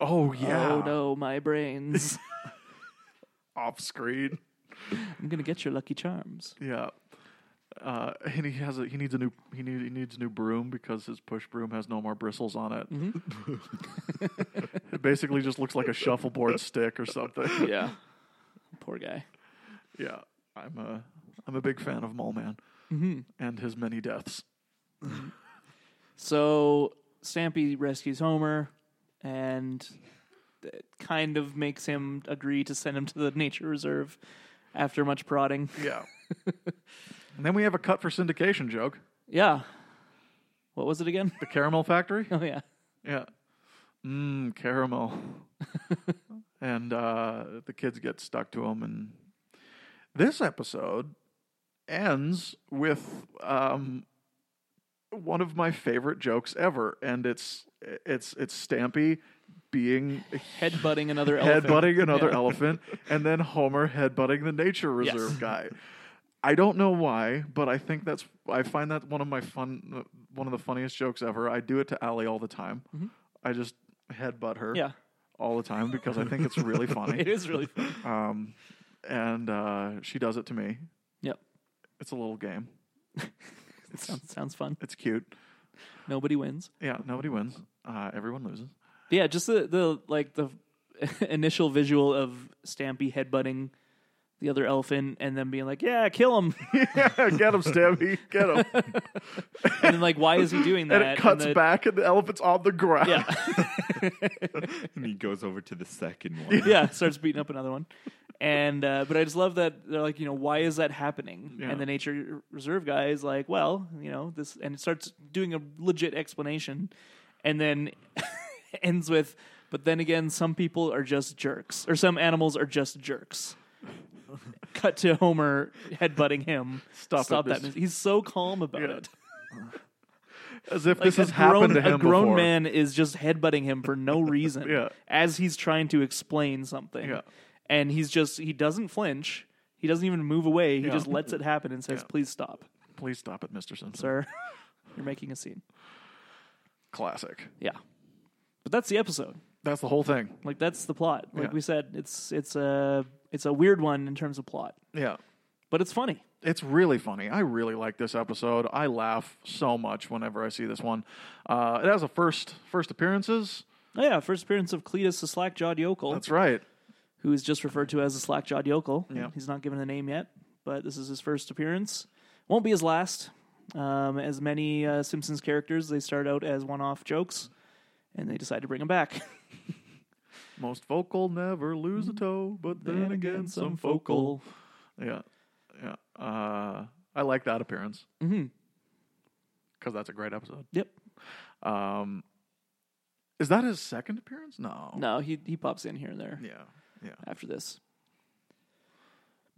[SPEAKER 1] oh yeah,
[SPEAKER 2] Oh no, my brains.
[SPEAKER 1] off screen.
[SPEAKER 2] I'm gonna get your lucky charms.
[SPEAKER 1] Yeah. Uh, and he has a, he needs a new he, need, he needs a new broom because his push broom has no more bristles on it. it basically just looks like a shuffleboard stick or something.
[SPEAKER 2] Yeah. Poor guy.
[SPEAKER 1] Yeah, I'm a I'm a big fan of Mole Man and his many deaths.
[SPEAKER 2] So Stampy rescues Homer and it kind of makes him agree to send him to the nature reserve after much prodding.
[SPEAKER 1] Yeah. and then we have a cut for syndication joke.
[SPEAKER 2] Yeah. What was it again?
[SPEAKER 1] The caramel factory.
[SPEAKER 2] Oh yeah.
[SPEAKER 1] Yeah. Mmm, caramel. and uh, the kids get stuck to him. And this episode ends with um, one of my favorite jokes ever, and it's it's it's Stampy being
[SPEAKER 2] Headbutting another elephant.
[SPEAKER 1] headbutting another elephant, and then Homer headbutting the nature reserve guy. I don't know why, but I think that's I find that one of my fun one of the funniest jokes ever. I do it to Allie all the time. I just headbutt her
[SPEAKER 2] Mm-hmm. Yeah.
[SPEAKER 1] all the time because I think it's really
[SPEAKER 2] It
[SPEAKER 1] funny.
[SPEAKER 2] is really funny.
[SPEAKER 1] Um, and uh, she does it to me.
[SPEAKER 2] Yep.
[SPEAKER 1] It's a little game.
[SPEAKER 2] It sounds, sounds fun.
[SPEAKER 1] It's cute.
[SPEAKER 2] Nobody wins.
[SPEAKER 1] Yeah, nobody wins. Uh, everyone loses.
[SPEAKER 2] But yeah, just the, the like the initial visual of Stampy headbutting the other elephant and then being like, "Yeah, kill him."
[SPEAKER 1] yeah, get him, Stabby. Get him.
[SPEAKER 2] and then like, why is he doing that?
[SPEAKER 1] and it cuts
[SPEAKER 2] the-
[SPEAKER 1] back, and the elephant's on the ground.
[SPEAKER 2] Yeah.
[SPEAKER 3] and he goes over to the second one.
[SPEAKER 2] yeah, starts beating up another one. And uh, but I just love that they're like, you know, why is that happening?
[SPEAKER 1] Yeah.
[SPEAKER 2] And the nature reserve guy is like, well, you know, this, and it starts doing a legit explanation, and then ends with, but then again, some people are just jerks, or some animals are just jerks. Cut to Homer headbutting him.
[SPEAKER 1] Stop it,
[SPEAKER 2] that!
[SPEAKER 1] mister.
[SPEAKER 2] mis- He's so calm about
[SPEAKER 1] Yeah.
[SPEAKER 2] it.
[SPEAKER 1] As if this
[SPEAKER 2] A
[SPEAKER 1] has happened to
[SPEAKER 2] grown-
[SPEAKER 1] him
[SPEAKER 2] A grown
[SPEAKER 1] before.
[SPEAKER 2] man is just headbutting him for no reason.
[SPEAKER 1] Yeah.
[SPEAKER 2] As he's trying to explain something.
[SPEAKER 1] Yeah.
[SPEAKER 2] And he's just he doesn't flinch. He doesn't even move away. He
[SPEAKER 1] Yeah.
[SPEAKER 2] just lets it happen and says, "Please stop,
[SPEAKER 1] Please stop it, Mr. Simpson.
[SPEAKER 2] sir. You're making a scene."
[SPEAKER 1] Classic.
[SPEAKER 2] Yeah. But that's the episode.
[SPEAKER 1] That's the whole thing.
[SPEAKER 2] Like that's the plot. Like
[SPEAKER 1] Yeah.
[SPEAKER 2] we said, it's it's a it's a weird one in terms of plot,
[SPEAKER 1] Yeah.
[SPEAKER 2] but it's funny.
[SPEAKER 1] It's really funny. I really like this episode. I laugh so much whenever I see this one. Uh, it has a first first appearances.
[SPEAKER 2] Oh yeah, first appearance of Cletus the slack-jawed yokel,
[SPEAKER 1] That's right.
[SPEAKER 2] who is just referred to as the slack-jawed yokel.
[SPEAKER 1] Yeah.
[SPEAKER 2] He's not given a name yet, but this is his first appearance. Won't be his last. Um, as many uh, Simpsons characters, they start out as one-off jokes, and they decide to bring him back.
[SPEAKER 1] Most vocal never lose a toe, but Mm-hmm. then, again, some vocal. Yeah, yeah. Uh, I like that appearance
[SPEAKER 2] hmm
[SPEAKER 1] because that's a great episode.
[SPEAKER 2] Yep.
[SPEAKER 1] Um, is that his second appearance? No.
[SPEAKER 2] No, he he pops in here and there
[SPEAKER 1] Yeah. Yeah.
[SPEAKER 2] after this.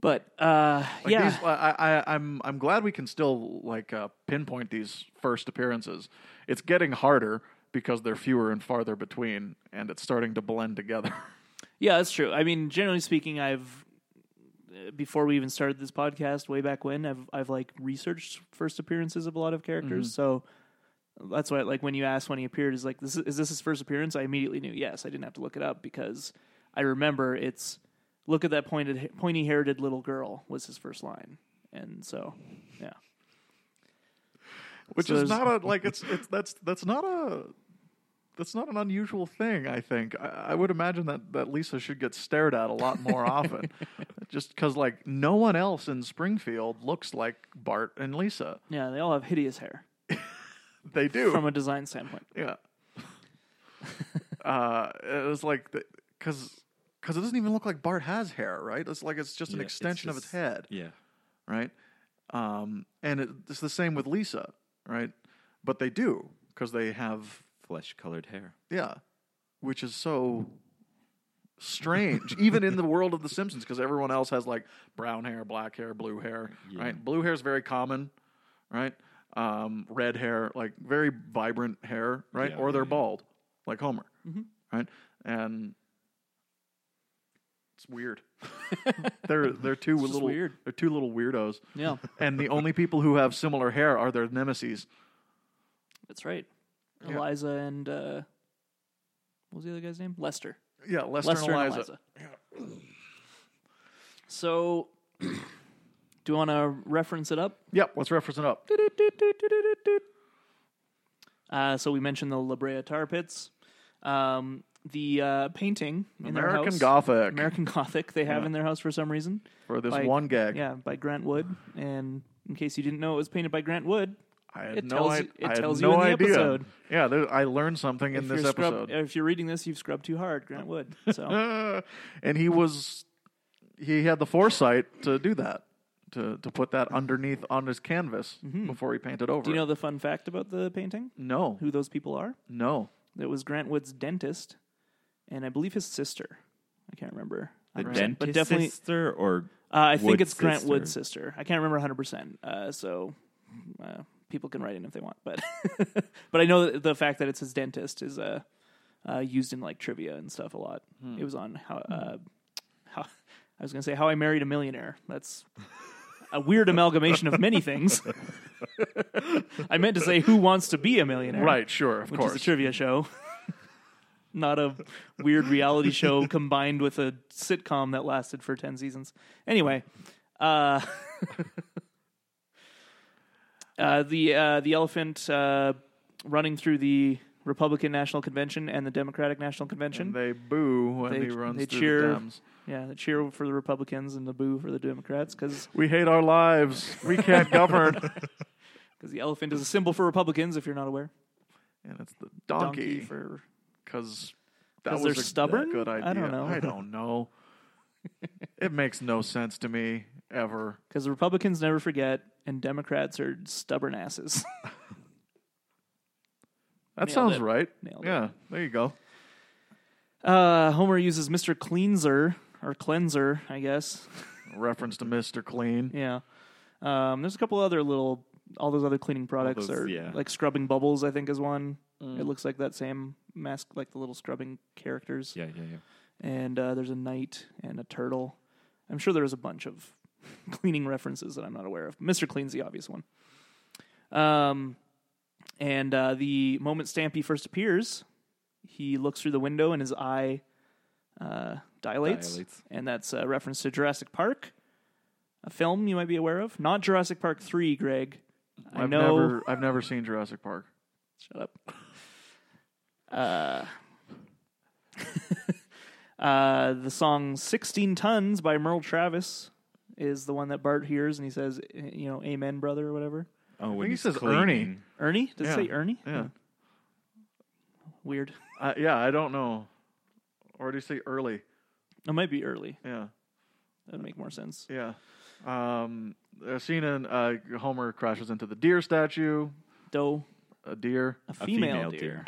[SPEAKER 2] But uh,
[SPEAKER 1] Like
[SPEAKER 2] yeah,
[SPEAKER 1] These, I, I, I'm I'm glad we can still like uh, pinpoint these first appearances. It's getting harder because they're fewer and farther between, and it's starting to blend together.
[SPEAKER 2] Yeah, that's true. I mean, generally speaking, I've uh, before we even started this podcast, way back when, I've I've like researched first appearances of a lot of characters. So that's why, like, when you asked when he appeared, is like, this is this his first appearance? I immediately knew. Yes, I didn't have to look it up because I remember it's look at that pointed pointy haired little girl was his first line, and so yeah,
[SPEAKER 1] which
[SPEAKER 2] So
[SPEAKER 1] is
[SPEAKER 2] there's-
[SPEAKER 1] not a like it's it's that's that's not a that's not an unusual thing i think i, I would imagine that that lisa should get stared at a lot more often just because like no one else in springfield looks like bart and lisa
[SPEAKER 2] yeah, they all have hideous hair
[SPEAKER 1] they do
[SPEAKER 2] from a design standpoint.
[SPEAKER 1] yeah uh it was like because because it doesn't even look like bart has hair right it's like it's just an
[SPEAKER 3] Yeah, it's
[SPEAKER 1] extension of
[SPEAKER 3] just-
[SPEAKER 1] his head
[SPEAKER 3] Yeah.
[SPEAKER 1] right? Um, and it, it's the same with Lisa, right? But they do because they have
[SPEAKER 3] Flesh colored hair.
[SPEAKER 1] yeah, which is so strange, even in the world of The Simpsons, because everyone else has like brown hair, black hair, blue hair,
[SPEAKER 3] Yeah.
[SPEAKER 1] right? Blue hair is very common, right? Um, red hair, like very vibrant hair, right?
[SPEAKER 3] Yeah,
[SPEAKER 1] or they're
[SPEAKER 3] yeah.
[SPEAKER 1] bald, like Homer,
[SPEAKER 2] Mm-hmm.
[SPEAKER 1] right? And it's weird. they're they're two
[SPEAKER 2] just
[SPEAKER 1] little
[SPEAKER 2] weird.
[SPEAKER 1] they're two little weirdos
[SPEAKER 2] Yeah,
[SPEAKER 1] and the only people who have similar hair are their nemesis.
[SPEAKER 2] that's right.
[SPEAKER 1] Yeah.
[SPEAKER 2] Eliza and uh, what was the other guy's name? Lester.
[SPEAKER 1] Yeah, Lester,
[SPEAKER 2] Lester
[SPEAKER 1] and
[SPEAKER 2] and
[SPEAKER 1] Eliza.
[SPEAKER 2] Eliza. So Do you want to reference it up?
[SPEAKER 1] Yep, let's reference it up.
[SPEAKER 2] Uh, so we mentioned the La Brea tar pits, um, the uh, painting in their
[SPEAKER 1] American
[SPEAKER 2] house,
[SPEAKER 1] Gothic
[SPEAKER 2] American Gothic they have in their house for some reason.
[SPEAKER 1] for this
[SPEAKER 2] by-
[SPEAKER 1] one gag.
[SPEAKER 2] Yeah, by Grant Wood. And in case you didn't know, it was painted by Grant Wood.
[SPEAKER 1] I had
[SPEAKER 2] It
[SPEAKER 1] no,
[SPEAKER 2] tells
[SPEAKER 1] I,
[SPEAKER 2] you- it
[SPEAKER 1] I had
[SPEAKER 2] tells you
[SPEAKER 1] no
[SPEAKER 2] in the
[SPEAKER 1] idea.
[SPEAKER 2] episode.
[SPEAKER 1] Yeah, there, I learned something in
[SPEAKER 2] If
[SPEAKER 1] this
[SPEAKER 2] you're scrub-
[SPEAKER 1] episode.
[SPEAKER 2] if you're reading this, you've scrubbed too hard, Grant Wood. So
[SPEAKER 1] Uh, and he was he had the foresight to do that to to put that underneath on his canvas before he painted over.
[SPEAKER 2] Mm-hmm. do you
[SPEAKER 1] it.
[SPEAKER 2] know the fun fact about the painting?
[SPEAKER 1] No,
[SPEAKER 2] Who those people are?
[SPEAKER 1] no.
[SPEAKER 2] It was Grant Wood's dentist, and I believe his sister. I can't remember.
[SPEAKER 3] The
[SPEAKER 2] 100%,
[SPEAKER 3] dentist
[SPEAKER 2] but definitely,
[SPEAKER 3] sister or
[SPEAKER 2] uh, I think
[SPEAKER 3] Wood
[SPEAKER 2] it's Grant
[SPEAKER 3] sister.
[SPEAKER 2] Wood's sister. I can't remember 100. percent uh, So uh, people can write in if they want, but but I know that the fact that it's his dentist is uh, uh, used in like trivia and stuff a lot. It was on how, uh, how I was going to say how I married a millionaire. That's a weird amalgamation of many things. I meant to say who wants to be a millionaire,
[SPEAKER 1] Right, sure, of
[SPEAKER 2] which
[SPEAKER 1] course.
[SPEAKER 2] is a trivia show, not a weird reality show combined with a sitcom that lasted for ten seasons. Anyway, uh, uh, the uh, the elephant uh, running through the Republican National Convention and the Democratic National Convention.
[SPEAKER 1] And they boo when
[SPEAKER 2] They-
[SPEAKER 1] he runs
[SPEAKER 2] they
[SPEAKER 1] through
[SPEAKER 2] cheer.
[SPEAKER 1] the Dems.
[SPEAKER 2] yeah, the cheer for the Republicans and the boo for the Democrats because
[SPEAKER 1] We hate our lives. We can't govern.
[SPEAKER 2] the elephant is a symbol for Republicans. If you're not aware,
[SPEAKER 1] And it's the
[SPEAKER 2] donkey
[SPEAKER 1] donkey
[SPEAKER 2] for
[SPEAKER 1] because that
[SPEAKER 2] 'Cause
[SPEAKER 1] was
[SPEAKER 2] they're
[SPEAKER 1] a
[SPEAKER 2] stubborn?
[SPEAKER 1] Good idea.
[SPEAKER 2] I don't know.
[SPEAKER 1] I don't know. it makes no sense to me ever.
[SPEAKER 2] Because Republicans never forget, and Democrats are stubborn asses.
[SPEAKER 1] That
[SPEAKER 2] Nailed
[SPEAKER 1] sounds
[SPEAKER 2] it.
[SPEAKER 1] right.
[SPEAKER 2] Nailed it.
[SPEAKER 1] yeah, there you go.
[SPEAKER 2] uh, Homer uses Mr. Cleanser, or Cleanser, I guess.
[SPEAKER 1] Reference to Mister Clean.
[SPEAKER 2] Yeah. Um, there's a couple other little, all those other cleaning products
[SPEAKER 3] those,
[SPEAKER 2] are
[SPEAKER 3] yeah.
[SPEAKER 2] like scrubbing bubbles, I think, is one. It looks like that same mask, like the little scrubbing characters.
[SPEAKER 3] yeah, yeah, yeah.
[SPEAKER 2] And uh, there's a knight and a turtle. I'm sure there's a bunch of cleaning references that I'm not aware of. Mr. Clean's the obvious one. Um, and uh, the moment Stampy first appears, he looks through the window and his eye uh, dilates,
[SPEAKER 3] Dilates.
[SPEAKER 2] and that's a reference to Jurassic Park, a film you might be aware of. Not Jurassic Park three, Greg. I
[SPEAKER 1] I've
[SPEAKER 2] know.
[SPEAKER 1] never I've never seen Jurassic Park.
[SPEAKER 2] Shut up. Uh, uh, the song 16 Tons by Merle Travis is the one that Bart hears and he says, eh, you know, amen, brother, or whatever.
[SPEAKER 3] Oh, when
[SPEAKER 1] he
[SPEAKER 3] he's
[SPEAKER 1] says
[SPEAKER 3] cleaning.
[SPEAKER 1] Ernie.
[SPEAKER 2] Ernie? Does
[SPEAKER 1] Yeah.
[SPEAKER 2] it say Ernie? Hmm.
[SPEAKER 1] Yeah.
[SPEAKER 2] Weird.
[SPEAKER 1] I, yeah, I don't know. Or do you say early?
[SPEAKER 2] It might be early.
[SPEAKER 1] Yeah.
[SPEAKER 2] That'd make more sense.
[SPEAKER 1] Yeah. Um a scene in uh, Homer crashes into the deer statue,
[SPEAKER 2] Doe,
[SPEAKER 1] a deer.
[SPEAKER 2] a
[SPEAKER 3] A
[SPEAKER 2] female,
[SPEAKER 3] female
[SPEAKER 2] deer.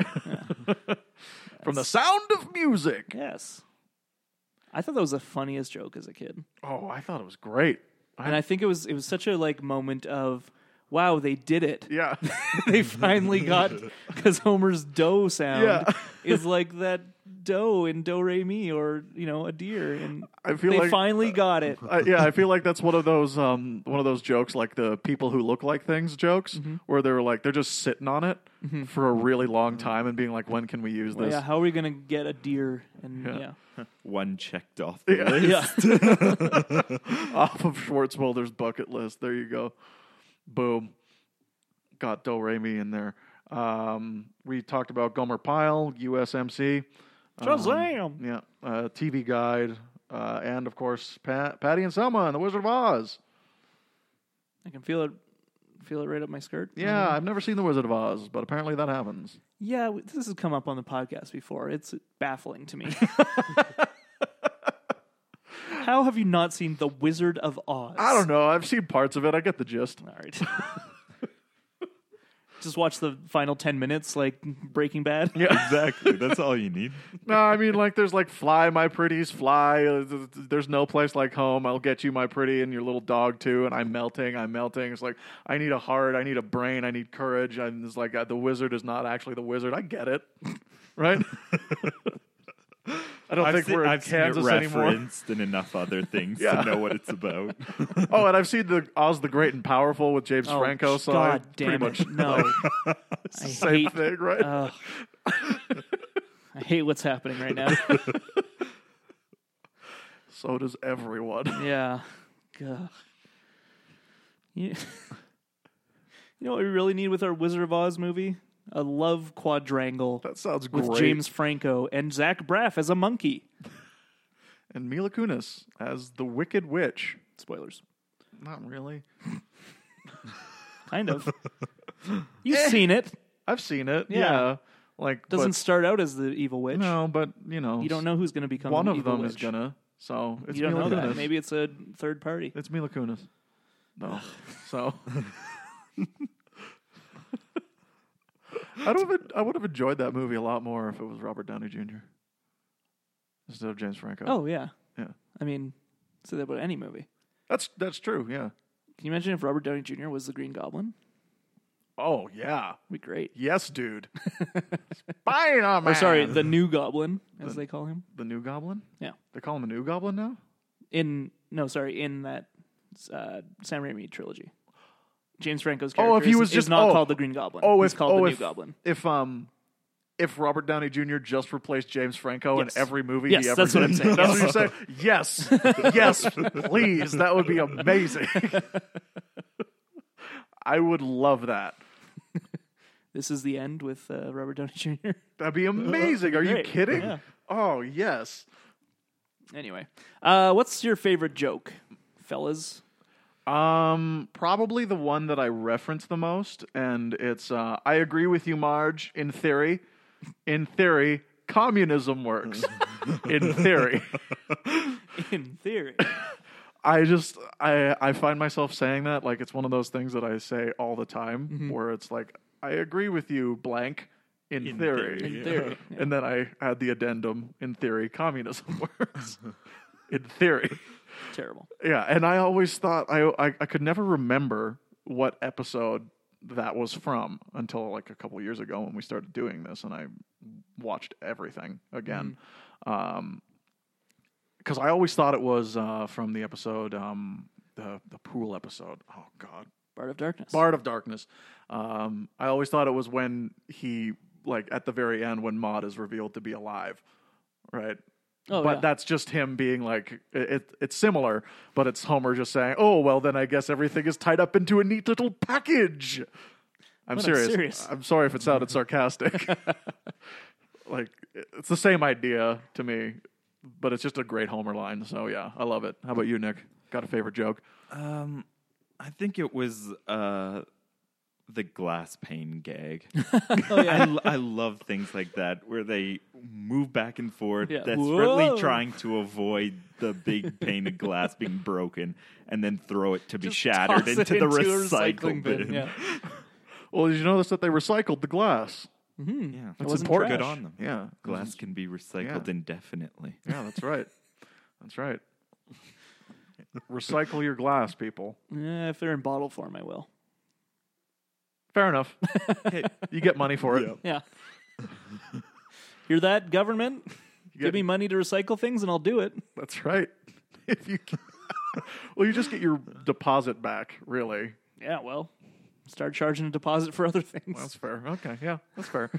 [SPEAKER 1] From the sound of music.
[SPEAKER 2] Yes. I thought that was the funniest joke as a kid.
[SPEAKER 1] Oh, I thought it was great.
[SPEAKER 2] And I think it was it was such a like moment of wow, they did it.
[SPEAKER 1] Yeah.
[SPEAKER 2] they finally got because Homer's doe sound
[SPEAKER 1] Yeah.
[SPEAKER 2] is like that doe in do re mi or you know a deer and
[SPEAKER 1] I feel
[SPEAKER 2] they
[SPEAKER 1] like uh,
[SPEAKER 2] finally got it.
[SPEAKER 1] I, yeah, I feel like that's one of those um, one of those jokes, like the people who look like things jokes,
[SPEAKER 2] Mm-hmm.
[SPEAKER 1] where they're like they're just sitting on it for a really long time and being like, when can we use this?
[SPEAKER 2] Yeah, how are we gonna get a deer? And yeah,
[SPEAKER 1] Yeah.
[SPEAKER 3] One checked off the list.
[SPEAKER 2] yeah.
[SPEAKER 1] off of Schwartzwelder's bucket list. There you go. Boom. Got Do Re Mi in there. Um, we talked about Gomer Pyle, USMC.
[SPEAKER 2] Shazam!
[SPEAKER 1] Yeah. Uh, TV Guide. Uh, and of course, Pat, Patty and Selma and The Wizard of Oz.
[SPEAKER 2] I can feel it, feel it right up my skirt.
[SPEAKER 1] Yeah, I've never seen The Wizard of Oz, but apparently that happens.
[SPEAKER 2] yeah. w- This has come up on the podcast before. It's baffling to me. How have you not seen The Wizard of Oz?
[SPEAKER 1] I don't know. I've seen parts of it. I get the gist.
[SPEAKER 2] All right. Just watch the final 10 minutes like Breaking Bad.
[SPEAKER 3] exactly. That's all you need.
[SPEAKER 1] No, I mean, like, there's like Fly, My Pretties, Fly. uh, th- th- There's no place like home. I'll get you, my pretty, and your little dog, too. And I'm melting. I'm melting. It's like, I need a heart. I need a brain. I need courage. And it's like, uh, the wizard is not actually the wizard. I get it. Right? I don't
[SPEAKER 3] I've
[SPEAKER 1] think
[SPEAKER 3] seen,
[SPEAKER 1] we're in
[SPEAKER 3] I've seen it
[SPEAKER 1] Kansas anymore.
[SPEAKER 3] referenced in enough other things
[SPEAKER 1] Yeah.
[SPEAKER 3] to know what it's about.
[SPEAKER 1] Oh, and I've seen the Oz the Great and Powerful with James
[SPEAKER 2] Oh,
[SPEAKER 1] Franco. So I
[SPEAKER 2] God
[SPEAKER 1] pretty
[SPEAKER 2] damn
[SPEAKER 1] much
[SPEAKER 2] it. No. Uh, I
[SPEAKER 1] same
[SPEAKER 2] hate,
[SPEAKER 1] thing, right?
[SPEAKER 2] Ugh. I hate what's happening right now.
[SPEAKER 1] so does everyone.
[SPEAKER 2] Yeah. Gah. Yeah. you know what we really need with our Wizard of Oz movie? A love quadrangle
[SPEAKER 1] That sounds great.
[SPEAKER 2] with James Franco and Zach Braff as a monkey.
[SPEAKER 1] and Mila Kunis as the Wicked Witch.
[SPEAKER 2] Spoilers.
[SPEAKER 1] Not really.
[SPEAKER 2] Kind of. You've
[SPEAKER 1] Eh.
[SPEAKER 2] seen it.
[SPEAKER 1] I've seen it. Yeah,
[SPEAKER 2] Yeah.
[SPEAKER 1] like
[SPEAKER 2] Doesn't
[SPEAKER 1] but,
[SPEAKER 2] start out as the evil witch.
[SPEAKER 1] no, but you know,
[SPEAKER 2] You don't know who's going to become
[SPEAKER 1] One
[SPEAKER 2] the
[SPEAKER 1] of
[SPEAKER 2] evil
[SPEAKER 1] them
[SPEAKER 2] witch.
[SPEAKER 1] is gonna. So it's
[SPEAKER 2] You don't
[SPEAKER 1] Mila
[SPEAKER 2] know
[SPEAKER 1] Kunis.
[SPEAKER 2] that. Maybe it's a third party.
[SPEAKER 1] It's Mila Kunis. No. so I don't even, I would have enjoyed that movie a lot more if it was Robert Downey Jr. instead of James Franco.
[SPEAKER 2] Oh yeah.
[SPEAKER 1] Yeah.
[SPEAKER 2] I mean, say that about any movie.
[SPEAKER 1] That's that's true, yeah.
[SPEAKER 2] Can you imagine if Robert Downey Jr. was the Green Goblin?
[SPEAKER 1] Oh yeah.
[SPEAKER 2] It'd be great.
[SPEAKER 1] Yes, dude. Spider Man.
[SPEAKER 2] Or Oh, sorry, the new Goblin, as they call him.
[SPEAKER 1] the new goblin?
[SPEAKER 2] Yeah.
[SPEAKER 1] They call him a new goblin now?
[SPEAKER 2] In no, sorry, in that uh, Sam Raimi trilogy. James Franco's character
[SPEAKER 1] Oh, if he
[SPEAKER 2] is-
[SPEAKER 1] was
[SPEAKER 2] is
[SPEAKER 1] just-
[SPEAKER 2] not
[SPEAKER 1] oh.
[SPEAKER 2] called the Green Goblin.
[SPEAKER 1] Oh,
[SPEAKER 2] he's
[SPEAKER 1] if-
[SPEAKER 2] called
[SPEAKER 1] oh,
[SPEAKER 2] the
[SPEAKER 1] if-
[SPEAKER 2] New Goblin.
[SPEAKER 1] If um if Robert Downey Jr. just replaced James Franco
[SPEAKER 2] Yes.
[SPEAKER 1] in every movie
[SPEAKER 2] Yes,
[SPEAKER 1] he ever
[SPEAKER 2] that's what
[SPEAKER 1] did.
[SPEAKER 2] I'm saying.
[SPEAKER 1] That's what you're saying? Yes. yes, please. That would be amazing. I would love that.
[SPEAKER 2] This is the end with uh, Robert Downey Jr.
[SPEAKER 1] That'd be amazing. Are you
[SPEAKER 2] Great.
[SPEAKER 1] kidding?
[SPEAKER 2] Yeah.
[SPEAKER 1] Oh yes.
[SPEAKER 2] anyway, uh, what's your favorite joke, fellas?
[SPEAKER 1] Um, probably the one that I reference the most, and it's uh, I agree with you, Marge. In theory, in theory, communism works. in theory,
[SPEAKER 2] In theory,
[SPEAKER 1] I just I I find myself saying that like it's one of those things that I say all the time, where it's like I agree with you, blank. In,
[SPEAKER 3] In
[SPEAKER 1] theory,
[SPEAKER 3] theory.
[SPEAKER 2] in theory.
[SPEAKER 1] and then I add the addendum. In theory, communism works. in theory.
[SPEAKER 2] Terrible.
[SPEAKER 1] Yeah, and I always thought I, I I could never remember what episode that was from until like a couple years ago when we started doing this, and I watched everything again. Um 'cause because I always thought it was uh, from the episode, um, the the pool episode. Oh God,
[SPEAKER 2] Bard of Darkness.
[SPEAKER 1] Bard of Darkness. Um, I always thought it was when he like at the very end when Maud is revealed to be alive, right?
[SPEAKER 2] Oh,
[SPEAKER 1] but
[SPEAKER 2] yeah.
[SPEAKER 1] that's just him being like it, it. It's similar, but it's Homer just saying, "Oh well, then I guess everything is tied up into a neat little package." I'm
[SPEAKER 2] But I'm
[SPEAKER 1] serious.
[SPEAKER 2] serious.
[SPEAKER 1] I'm sorry if it sounded sarcastic. like it's the same idea to me, but it's just a great Homer line. So yeah, I love it. How about you, Nick? Got a favorite joke?
[SPEAKER 3] Um, I think it was uh, the glass pane gag.
[SPEAKER 2] Oh,
[SPEAKER 3] I, l- I love things like that where they move back and forth,
[SPEAKER 2] Yeah.
[SPEAKER 3] desperately
[SPEAKER 2] Whoa.
[SPEAKER 3] trying to avoid the big pane of glass being broken, and then throw it to be
[SPEAKER 2] Just
[SPEAKER 3] shattered
[SPEAKER 2] toss
[SPEAKER 3] into,
[SPEAKER 2] it
[SPEAKER 3] the
[SPEAKER 2] a
[SPEAKER 3] recycling bin.
[SPEAKER 2] Yeah.
[SPEAKER 1] Well, did you notice that they recycled the glass?
[SPEAKER 3] Yeah.
[SPEAKER 2] It wasn't important.
[SPEAKER 3] Good
[SPEAKER 2] trash.
[SPEAKER 3] on them.
[SPEAKER 1] Yeah,
[SPEAKER 2] Mm-hmm.
[SPEAKER 3] Glass can be recycled
[SPEAKER 1] Yeah.
[SPEAKER 3] indefinitely.
[SPEAKER 1] Yeah, that's right. That's right. Recycle your glass, people.
[SPEAKER 2] Yeah, if they're in bottle form, I will.
[SPEAKER 1] Fair enough.
[SPEAKER 3] Hey,
[SPEAKER 1] You get money for it.
[SPEAKER 2] Yeah. Hear that, government? Give me money to recycle things and I'll do it.
[SPEAKER 1] That's right. If you can. well, you just get your deposit back, really.
[SPEAKER 2] Yeah, well, start charging a deposit for other
[SPEAKER 1] That's
[SPEAKER 2] things.
[SPEAKER 1] fair. Okay, yeah, that's fair.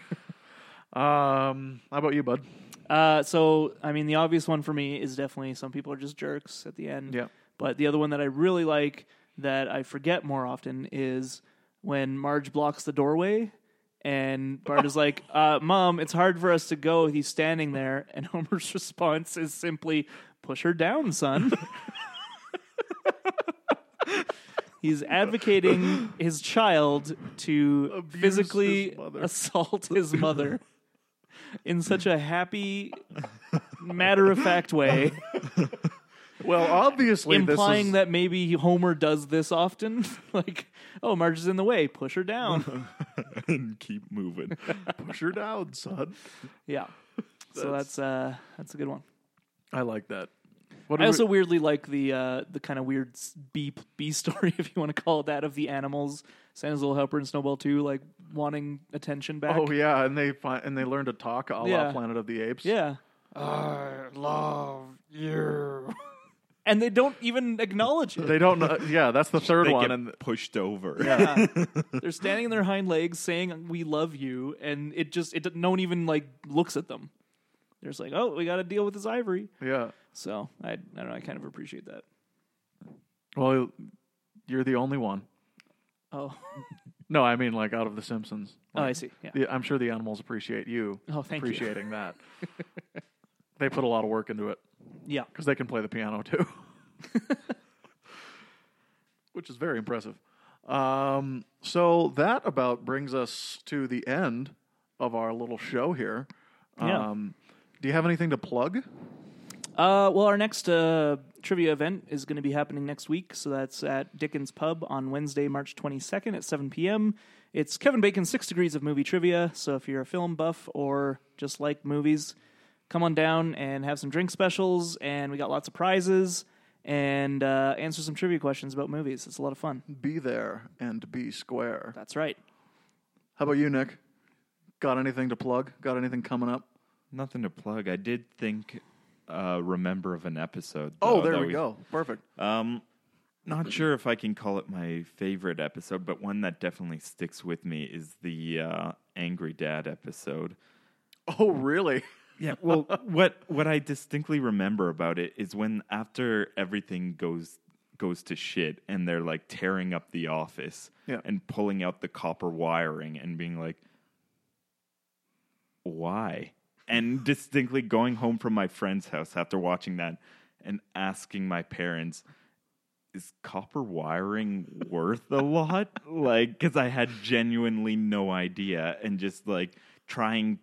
[SPEAKER 1] um, how about you, bud?
[SPEAKER 2] Uh, so, I mean, the obvious one for me is definitely some people are just jerks at the end.
[SPEAKER 1] Yeah.
[SPEAKER 2] But the other one that I really like that I forget more often is when Marge blocks the doorway and Bart is like, uh, Mom, it's hard for us to go. He's standing there. And Homer's response is simply, Push her down, son. He's advocating his child to
[SPEAKER 1] Abuse
[SPEAKER 2] physically
[SPEAKER 1] his mother.
[SPEAKER 2] assault his mother in such a happy, matter of fact way
[SPEAKER 1] Well, obviously, this
[SPEAKER 2] implying
[SPEAKER 1] is,
[SPEAKER 2] that maybe Homer does this often. like, oh, Marge is in the way, push her down.
[SPEAKER 3] and keep moving.
[SPEAKER 1] push her down, son.
[SPEAKER 2] yeah. So that's uh, that's a good one.
[SPEAKER 1] I like that. What do
[SPEAKER 2] I
[SPEAKER 1] we-
[SPEAKER 2] also weirdly like the uh, the kind of weird s- B B story, if you want to call it that, of the animals, Santa's Little Helper and Snowball Two, like wanting attention back.
[SPEAKER 1] Oh yeah, and they find, and they learn to talk a la
[SPEAKER 2] Yeah.
[SPEAKER 1] Planet of the Apes.
[SPEAKER 2] yeah.
[SPEAKER 1] I love you.
[SPEAKER 2] And they don't even acknowledge it.
[SPEAKER 1] They don't know. Yeah, that's the third
[SPEAKER 3] They
[SPEAKER 1] one,
[SPEAKER 3] get
[SPEAKER 1] and
[SPEAKER 3] pushed over.
[SPEAKER 2] Yeah. They're standing on their hind legs saying "We love you," and it just it no one even like looks at them. They're just like, "Oh, we got to deal with this ivory."
[SPEAKER 1] yeah.
[SPEAKER 2] So I, I don't know. I kind of appreciate that.
[SPEAKER 1] Well, You're the only one.
[SPEAKER 2] Oh,
[SPEAKER 1] No, I mean like out of The Simpsons.
[SPEAKER 2] oh, I see. Yeah.
[SPEAKER 1] The- I'm sure the animals appreciate you
[SPEAKER 2] Oh, thank you.
[SPEAKER 1] appreciating that. They put a lot of work into it
[SPEAKER 2] Yeah.
[SPEAKER 1] because they can play the piano too, which is very impressive. Um, so that about brings us to the end of our little show here.
[SPEAKER 2] Yeah.
[SPEAKER 1] Um, do you have anything to plug?
[SPEAKER 2] Uh, well, our next uh, trivia event is going to be happening next week. So that's at Dickens Pub on Wednesday, March 22nd at 7 p.m. It's Kevin Bacon's Six Degrees of Movie Trivia. So if you're a film buff or just like movies, come on down and have some drink specials. And we got lots of prizes and uh, answer some trivia questions about movies. It's a lot of fun.
[SPEAKER 1] Be there and be square.
[SPEAKER 2] That's right.
[SPEAKER 1] How about you, Nick? Got anything to plug? Got anything coming up?
[SPEAKER 3] Nothing to plug. I did think, uh, remember of an episode.
[SPEAKER 1] Oh,
[SPEAKER 3] though,
[SPEAKER 1] there
[SPEAKER 3] that
[SPEAKER 1] we go. Perfect.
[SPEAKER 3] Um, not sure if I can call it my favorite episode, but one that definitely sticks with me is the uh, angry dad episode.
[SPEAKER 1] Oh, really?
[SPEAKER 3] Yeah, well, what what I distinctly remember about it is when after everything goes goes to shit and they're like tearing up the office
[SPEAKER 1] Yeah.
[SPEAKER 3] and pulling out the copper wiring and being like why? And distinctly going home from my friend's house after watching that and asking my parents is copper wiring worth a lot? Like, because I had genuinely no idea, and just like trying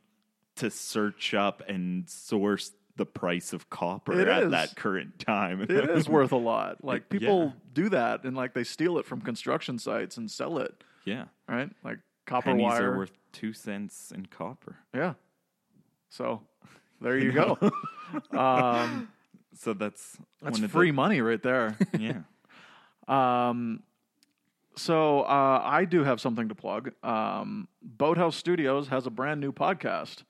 [SPEAKER 3] to search up and source the price of copper
[SPEAKER 1] It
[SPEAKER 3] at
[SPEAKER 1] is.
[SPEAKER 3] that current time.
[SPEAKER 1] It is worth a lot. Like
[SPEAKER 3] Yeah.
[SPEAKER 1] people do that, and like they steal it from construction sites and sell it.
[SPEAKER 3] yeah.
[SPEAKER 1] Right? Like copper
[SPEAKER 3] Pennies
[SPEAKER 1] wire.
[SPEAKER 3] are worth two cents in copper.
[SPEAKER 1] yeah. So there you go. um,
[SPEAKER 3] So that's
[SPEAKER 1] that's
[SPEAKER 3] one of
[SPEAKER 1] free
[SPEAKER 3] The,
[SPEAKER 1] money right there.
[SPEAKER 3] yeah.
[SPEAKER 1] Um, so uh, I do have something to plug. Um, Boathouse Studios has a brand new podcast.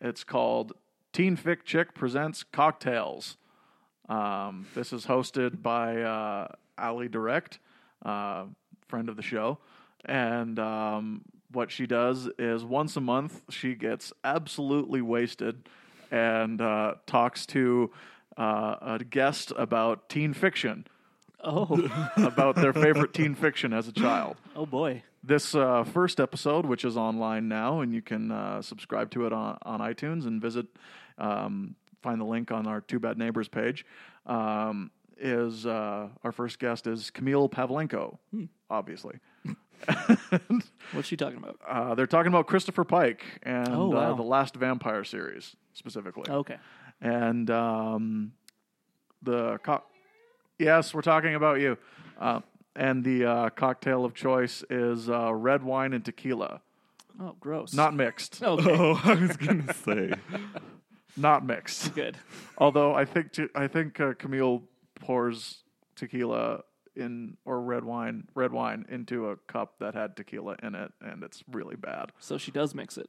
[SPEAKER 1] It's called Teen Fic Chick Presents Cocktails. Um, this is hosted by uh, Ali Direct, uh, friend of the show, and um, what she does is once a month she gets absolutely wasted and uh, talks to uh, a guest about teen fiction
[SPEAKER 2] Oh,
[SPEAKER 1] about their favorite teen fiction as a child.
[SPEAKER 2] oh boy.
[SPEAKER 1] This uh, first episode, which is online now, and you can uh, subscribe to it on, on iTunes and visit, um, find the link on our Two Bad Neighbors page. Um, is uh, our first guest is Camille Pavlenko,
[SPEAKER 2] Hmm.
[SPEAKER 1] obviously.
[SPEAKER 2] What's she talking about?
[SPEAKER 1] Uh, they're talking about Christopher Pike and
[SPEAKER 2] Oh, wow. Oh.
[SPEAKER 1] uh, the Last Vampire series specifically.
[SPEAKER 2] Okay.
[SPEAKER 1] and um, the co- yes, we're talking about you. Uh, and the uh, cocktail of choice is uh, red wine and tequila,
[SPEAKER 2] Oh, gross.
[SPEAKER 1] not mixed,
[SPEAKER 2] okay.
[SPEAKER 3] Oh, I was gonna say.
[SPEAKER 1] not mixed.
[SPEAKER 2] Good.
[SPEAKER 1] Although I think t- I think uh, Camille pours tequila in or red wine red wine into a cup that had tequila in it, and it's really bad
[SPEAKER 2] So she does mix it.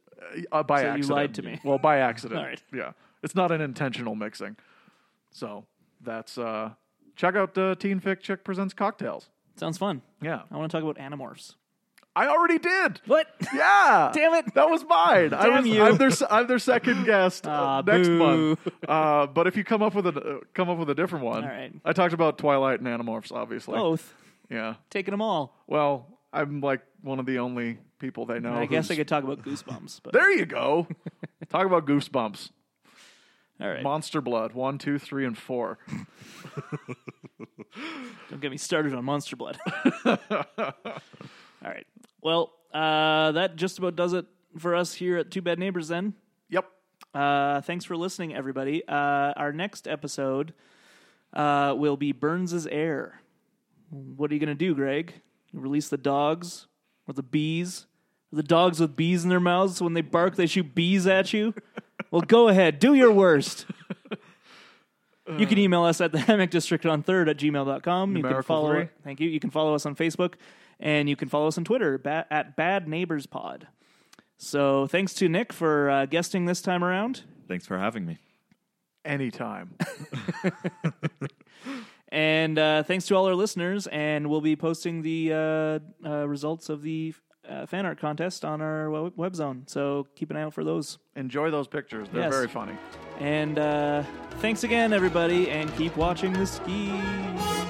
[SPEAKER 1] uh, by
[SPEAKER 2] So you
[SPEAKER 1] accident.
[SPEAKER 2] lied to me.
[SPEAKER 1] Well, by accident.
[SPEAKER 2] All right.
[SPEAKER 1] Yeah, it's not an intentional mixing. So that's uh, check out uh, Teen Fic Chick presents cocktails.
[SPEAKER 2] Sounds fun.
[SPEAKER 1] Yeah.
[SPEAKER 2] I want to talk about Animorphs.
[SPEAKER 1] I already did.
[SPEAKER 2] Oh. What?
[SPEAKER 1] Yeah.
[SPEAKER 2] Damn it.
[SPEAKER 1] That was mine. I
[SPEAKER 2] Damn
[SPEAKER 1] was,
[SPEAKER 2] you.
[SPEAKER 1] I'm their, I'm their second guest
[SPEAKER 2] Ah,
[SPEAKER 1] uh, next
[SPEAKER 2] boo.
[SPEAKER 1] month. Uh, but if you come up with a uh, come up with a different one,
[SPEAKER 2] All right. Oh.
[SPEAKER 1] I talked about Twilight and Animorphs, obviously.
[SPEAKER 2] Both.
[SPEAKER 1] Yeah.
[SPEAKER 2] Taking them all.
[SPEAKER 1] Well, I'm like one of the only people they know.
[SPEAKER 2] I guess I
[SPEAKER 1] Oh, who's-
[SPEAKER 2] could talk about Goosebumps, but
[SPEAKER 1] There you go. Talk about goosebumps.
[SPEAKER 2] all right.
[SPEAKER 1] Monster Blood one, two, three, and four.
[SPEAKER 2] Don't get me started on Monster Blood. all right. Well, uh, that just about does it for us here at Two Bad Neighbors. Then,
[SPEAKER 1] Yep.
[SPEAKER 2] uh, thanks for listening, everybody. Uh, our next episode uh, will be Burns's Air. What are you going to do, Greg? Release the dogs or the bees? The dogs with bees in their mouths. So when they bark, they shoot bees at you. well, go ahead. Do your worst. You can email us at the hammock district on third at gmail.com. You can
[SPEAKER 1] Numerical
[SPEAKER 2] follow
[SPEAKER 1] three.
[SPEAKER 2] Thank you. You can follow us on Facebook and you can follow us on Twitter ba- at Bad Neighbors Pod. So thanks to Nick for uh, guesting this time around.
[SPEAKER 3] Thanks for having me.
[SPEAKER 1] Anytime.
[SPEAKER 2] And uh, thanks to all our listeners. And we'll be posting the uh, uh, results of the uh, fan art contest on our web, web zone. So keep an eye out for those.
[SPEAKER 1] Enjoy those pictures. They're
[SPEAKER 2] Yes.
[SPEAKER 1] very funny.
[SPEAKER 2] And uh, thanks again, everybody. And keep watching the ski.